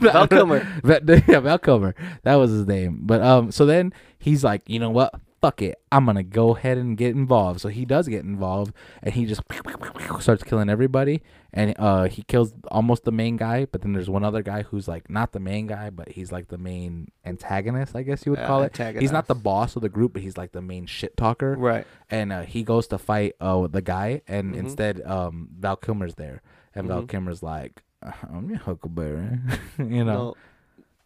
C: Val Kilmer.
A: Val- yeah, Val Kilmer. That was his name. But um, so then he's like, you know what? fuck it, I'm gonna go ahead and get involved. So he does get involved, and he just starts killing everybody, and uh, he kills almost the main guy. But then there's one other guy who's like not the main guy, but he's like the main antagonist, I guess you would
C: Yeah,
A: call it. He's not
C: antagonist.
A: the boss of the group, but he's like the main shit talker
C: Right.
A: and uh, he goes to fight uh, the guy, and
C: Mm-hmm.
A: instead, um, Val Kilmer's there, and Val Kilmer's like, "Uh, "I'm your Huckleberry," you know,
C: No.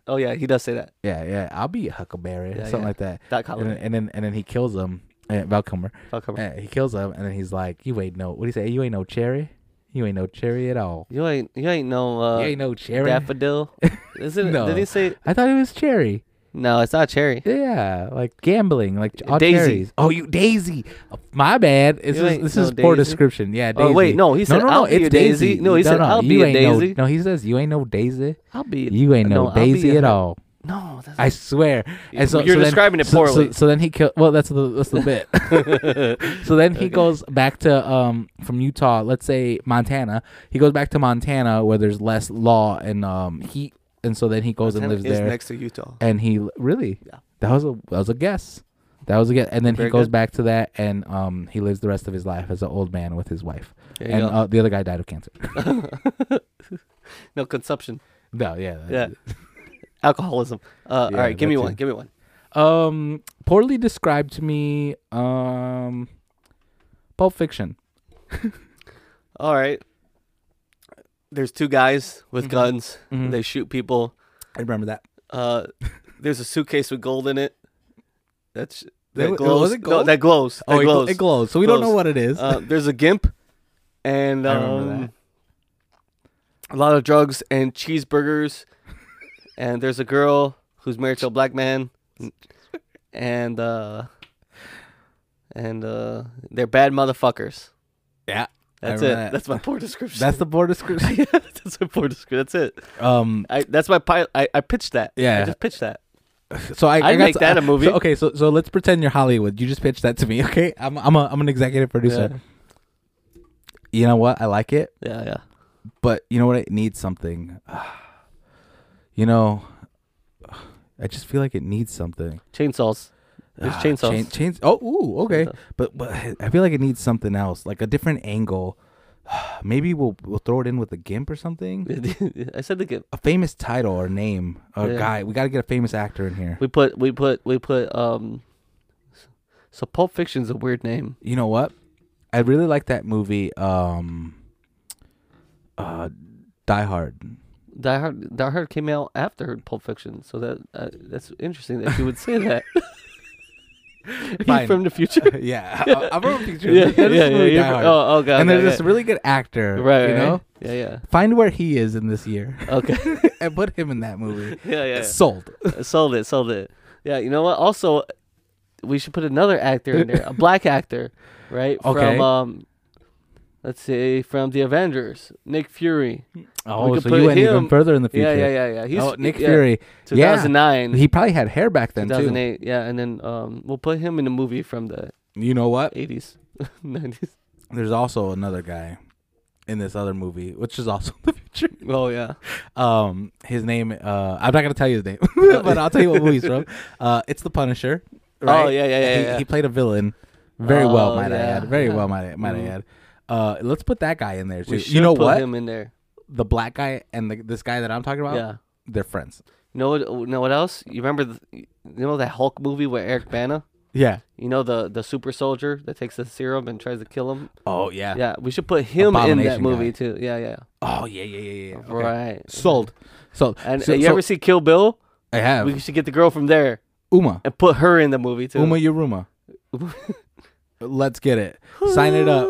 C: Oh yeah, he does say that.
A: yeah, yeah, I'll be your Huckleberry,
C: Yeah,
A: something
C: yeah.
A: like that.
C: That
A: And then,
C: comment.
A: and then and then he kills him, uh, Val Kilmer.
C: Fuck him.
A: Uh, he kills him, and then he's like, "You ain't no, what do you say? You ain't no cherry, you ain't no cherry at all.
C: You ain't you ain't no uh
A: you ain't no cherry."
C: daffodil. Is it
A: No.
C: did he say
A: I thought it was cherry.
C: no, it's not cherry.
A: Yeah, like gambling, like all
C: Daisy.
A: cherries. Oh, you Daisy. Oh, my bad. This
C: You
A: is
C: ain't
A: this
C: no
A: is poor
C: Daisy.
A: description. Yeah. Daisy.
C: Oh, wait, no, he said, "I'll be a Daisy." No, he said, "I'll
A: you
C: be a
A: ain't no-
C: Daisy."
A: No, he says you ain't no Daisy.
C: I'll be
A: You ain't no,
C: I'll be
A: Daisy
C: a-
A: at all.
C: No, that's
A: I swear. And so
C: You're
A: so then-
C: describing it
A: so- so- So,
C: poorly.
A: then he killed. Well, that's the that's the bit. so then he goes back to um from Utah. Let's say Montana. He goes back to Montana where there's less law and um heat, and so then he goes
C: Montana
A: and
C: is
A: lives there
C: next to Utah.
A: and he really
C: Yeah.
A: that was a that was a guess that was a guess and then
C: Very
A: he goes
C: good.
A: back to that and um he lives the rest of his life as an old man with his wife
C: There you
A: and
C: go.
A: uh, the other guy died of cancer
C: no consumption.
A: no yeah, that's
C: Yeah.
A: it.
C: Alcoholism. Uh,
A: Yeah,
C: all right, give
A: that
C: me
A: too.
C: one. Give me one.
A: um poorly described to me um pulp fiction
C: All right. There's two guys
A: Mm-hmm.
C: with guns. They shoot people.
A: i remember that
C: Uh, there's a suitcase with gold in it. That's that
A: wa-
C: glows.
A: was it
C: No,
A: gold?
C: that glows. That
A: oh it, glo-
C: glows.
A: it glows so we don't know
C: Glows.
A: what it is
C: Uh, there's a gimp, and
A: I remember
C: um, a lot of drugs and cheeseburgers. and there's a girl who's married to a black man, and uh, and uh, they're bad motherfuckers.
A: yeah I
C: That's it.
A: remember that.
C: That's my poor description.
A: that's the poor description
C: yeah, that's my poor description. That's it.
A: um
C: I that's my pilot. I, I pitched that. I
A: Yeah.
C: just pitched that.
A: so i,
C: I'd
A: I got
C: make
A: s-
C: that
A: I-
C: a movie.
A: so- okay so so let's pretend you're hollywood you just pitched that to me okay i'm i'm, a, I'm an executive producer you know what i like it
C: Yeah, yeah.
A: but you know what? It needs something. You know, I just feel like it needs something.
C: Chainsaws. There's
A: Ah,
C: chainsaws.
A: chain- chains- oh, ooh, okay.
C: Chainsaws.
A: But, but I feel like it needs something else, like a different angle. Maybe we'll we'll throw it in with a gimp or something.
C: I said the game.
A: A famous title or name or
C: Yeah.
A: guy. We got to get a famous actor in here.
C: We put we put we put um. So Pulp Fiction's a weird name.
A: You know what? I really like that movie. Um, uh, Die Hard.
C: Die Hard, Die Hard came out after Pulp Fiction, so that uh, that's interesting that you would say that. Are you
A: Fine.
C: from the future?
A: yeah, I, I wrote a picture.
C: yeah,
A: There's this
C: yeah, yeah,
A: movie,
C: you're
A: Die
C: from-
A: Hard.
C: Oh, oh god.
A: and there's
C: okay,
A: this really good actor,
C: okay. right,
A: you
C: right,
A: know.
C: right. Yeah, yeah.
A: Find where he is in this year
C: Okay.
A: and put him in that movie.
C: yeah, yeah. Uh,
A: Sold.
C: sold it, sold it. Yeah, you know what? Also, we should put another actor in there, a black actor, right?
A: Okay.
C: From um, let's say from the Avengers, Nick Fury.
A: Oh,
C: could
A: so
C: put
A: you went even
C: him-
A: further in the future.
C: Yeah, yeah, yeah, yeah. He's
A: oh, Nick
C: yeah, Mm-hmm.
A: Fury. Yeah.
C: 2009,
A: He probably had hair back then too.
C: 2008. Yeah, and then um, we'll put him in a movie from the
A: You know what?
C: 80s, 90s.
A: There's also another guy in this other movie, which is also the future.
C: Oh yeah,
A: Um, his name. Uh, I'm not gonna tell you his name, but I'll tell you what movie he's from. Uh, it's The Punisher. Right?
C: Oh, yeah, yeah, yeah,
A: He,
C: yeah.
A: he played a villain very well,
C: Oh,
A: might I
C: yeah,
A: add. Very
C: yeah.
A: well, might I, might I
C: Mhm.
A: add. Uh, let's put that guy in there too.
C: we should
A: You know
C: put
A: what?
C: him in there.
A: the black guy and the, this guy that I'm talking about,
C: Yeah.
A: they're friends.
C: You know what? You know what else? You remember? The, you know that Hulk movie with Eric Bana?
A: Yeah.
C: You know the the super soldier that takes the serum and tries to kill him.
A: Oh yeah.
C: Yeah, we should put him in that
A: Abomination guy.
C: movie too. Yeah, yeah.
A: Oh yeah yeah yeah yeah. Okay.
C: Right.
A: Sold. Sold.
C: And
A: So-
C: uh, you
A: so-
C: ever see Kill Bill?
A: I have
C: We should get the girl from there
A: Uma.
C: and put her in the movie too.
A: Uma Yuruma. Let's get it. Sign it up.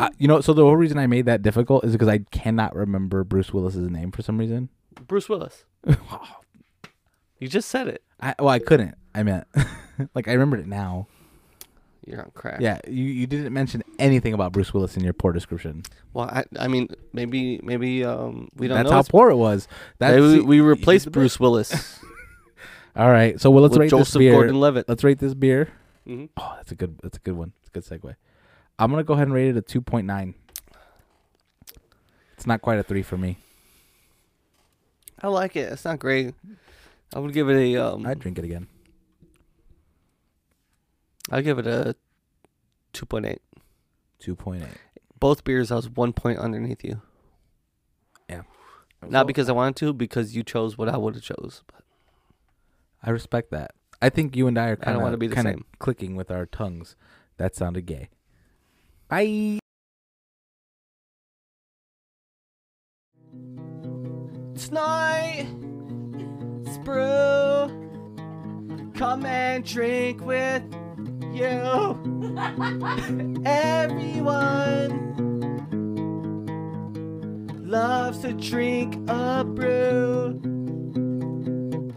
A: I, you know, so the whole reason I made that difficult is because I cannot remember Bruce Willis's name for some reason.
C: Bruce Willis. You just said it.
A: I, well, I couldn't. I meant, like, I remembered it now.
C: You're on crack.
A: Yeah, you, you didn't mention anything about Bruce Willis in your poor description.
C: Well, I, I mean, maybe maybe um we don't
A: That's
C: know.
A: how
C: this-
A: poor it was. That's
C: maybe we, we
A: you
C: replaced
A: did the
C: Bruce Willis
A: best. All right, so well, let's
C: with
A: rate this
C: Joseph
A: beer. Uh,
C: Gordon-Levitt.
A: Let's rate this beer.
C: Mhm.
A: Oh, that's a good. That's a good one. It's a good segue. I'm gonna go ahead and rate it a two point nine. It's not quite a three for me.
C: I like it. It's not great. I would give it a um.
A: I'd drink it again.
C: I'll give it a 2.8.
A: 2.8.
C: Both beers, I was one point underneath you. Not because I wanted to, because you chose what I would have chose. But
A: I respect that. I think you and I are
C: I don't
A: kind
C: wanna
A: of
C: be the
A: kind
C: same.
A: of clicking with our tongues. That sounded gay. Bye.
C: Snipe, Sprue, come and drink with you, everyone. Loves to drink a brew,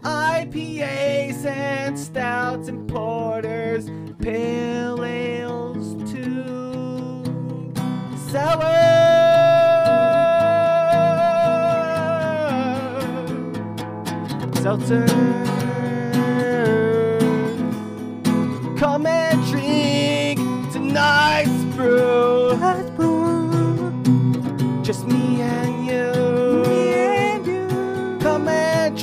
C: IPAs and stouts and porters, pale ales too. Sour seltzer. Come and drink tonight's brew. Just me and you. Come and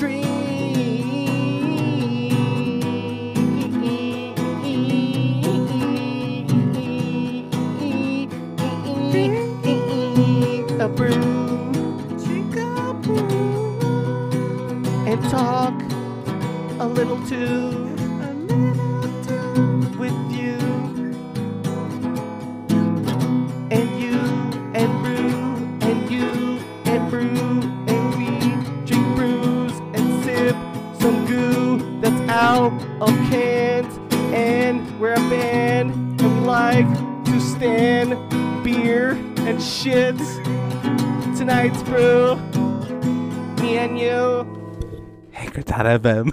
C: drink. A brew. Drink a brew and talk a little too. A little too with you and you and brew and you and brew and we drink brews and sip some goo that's out of cans and we're a band and we like to stand beer and shits. Tonight's brew, me and you.
A: Anchor.fm.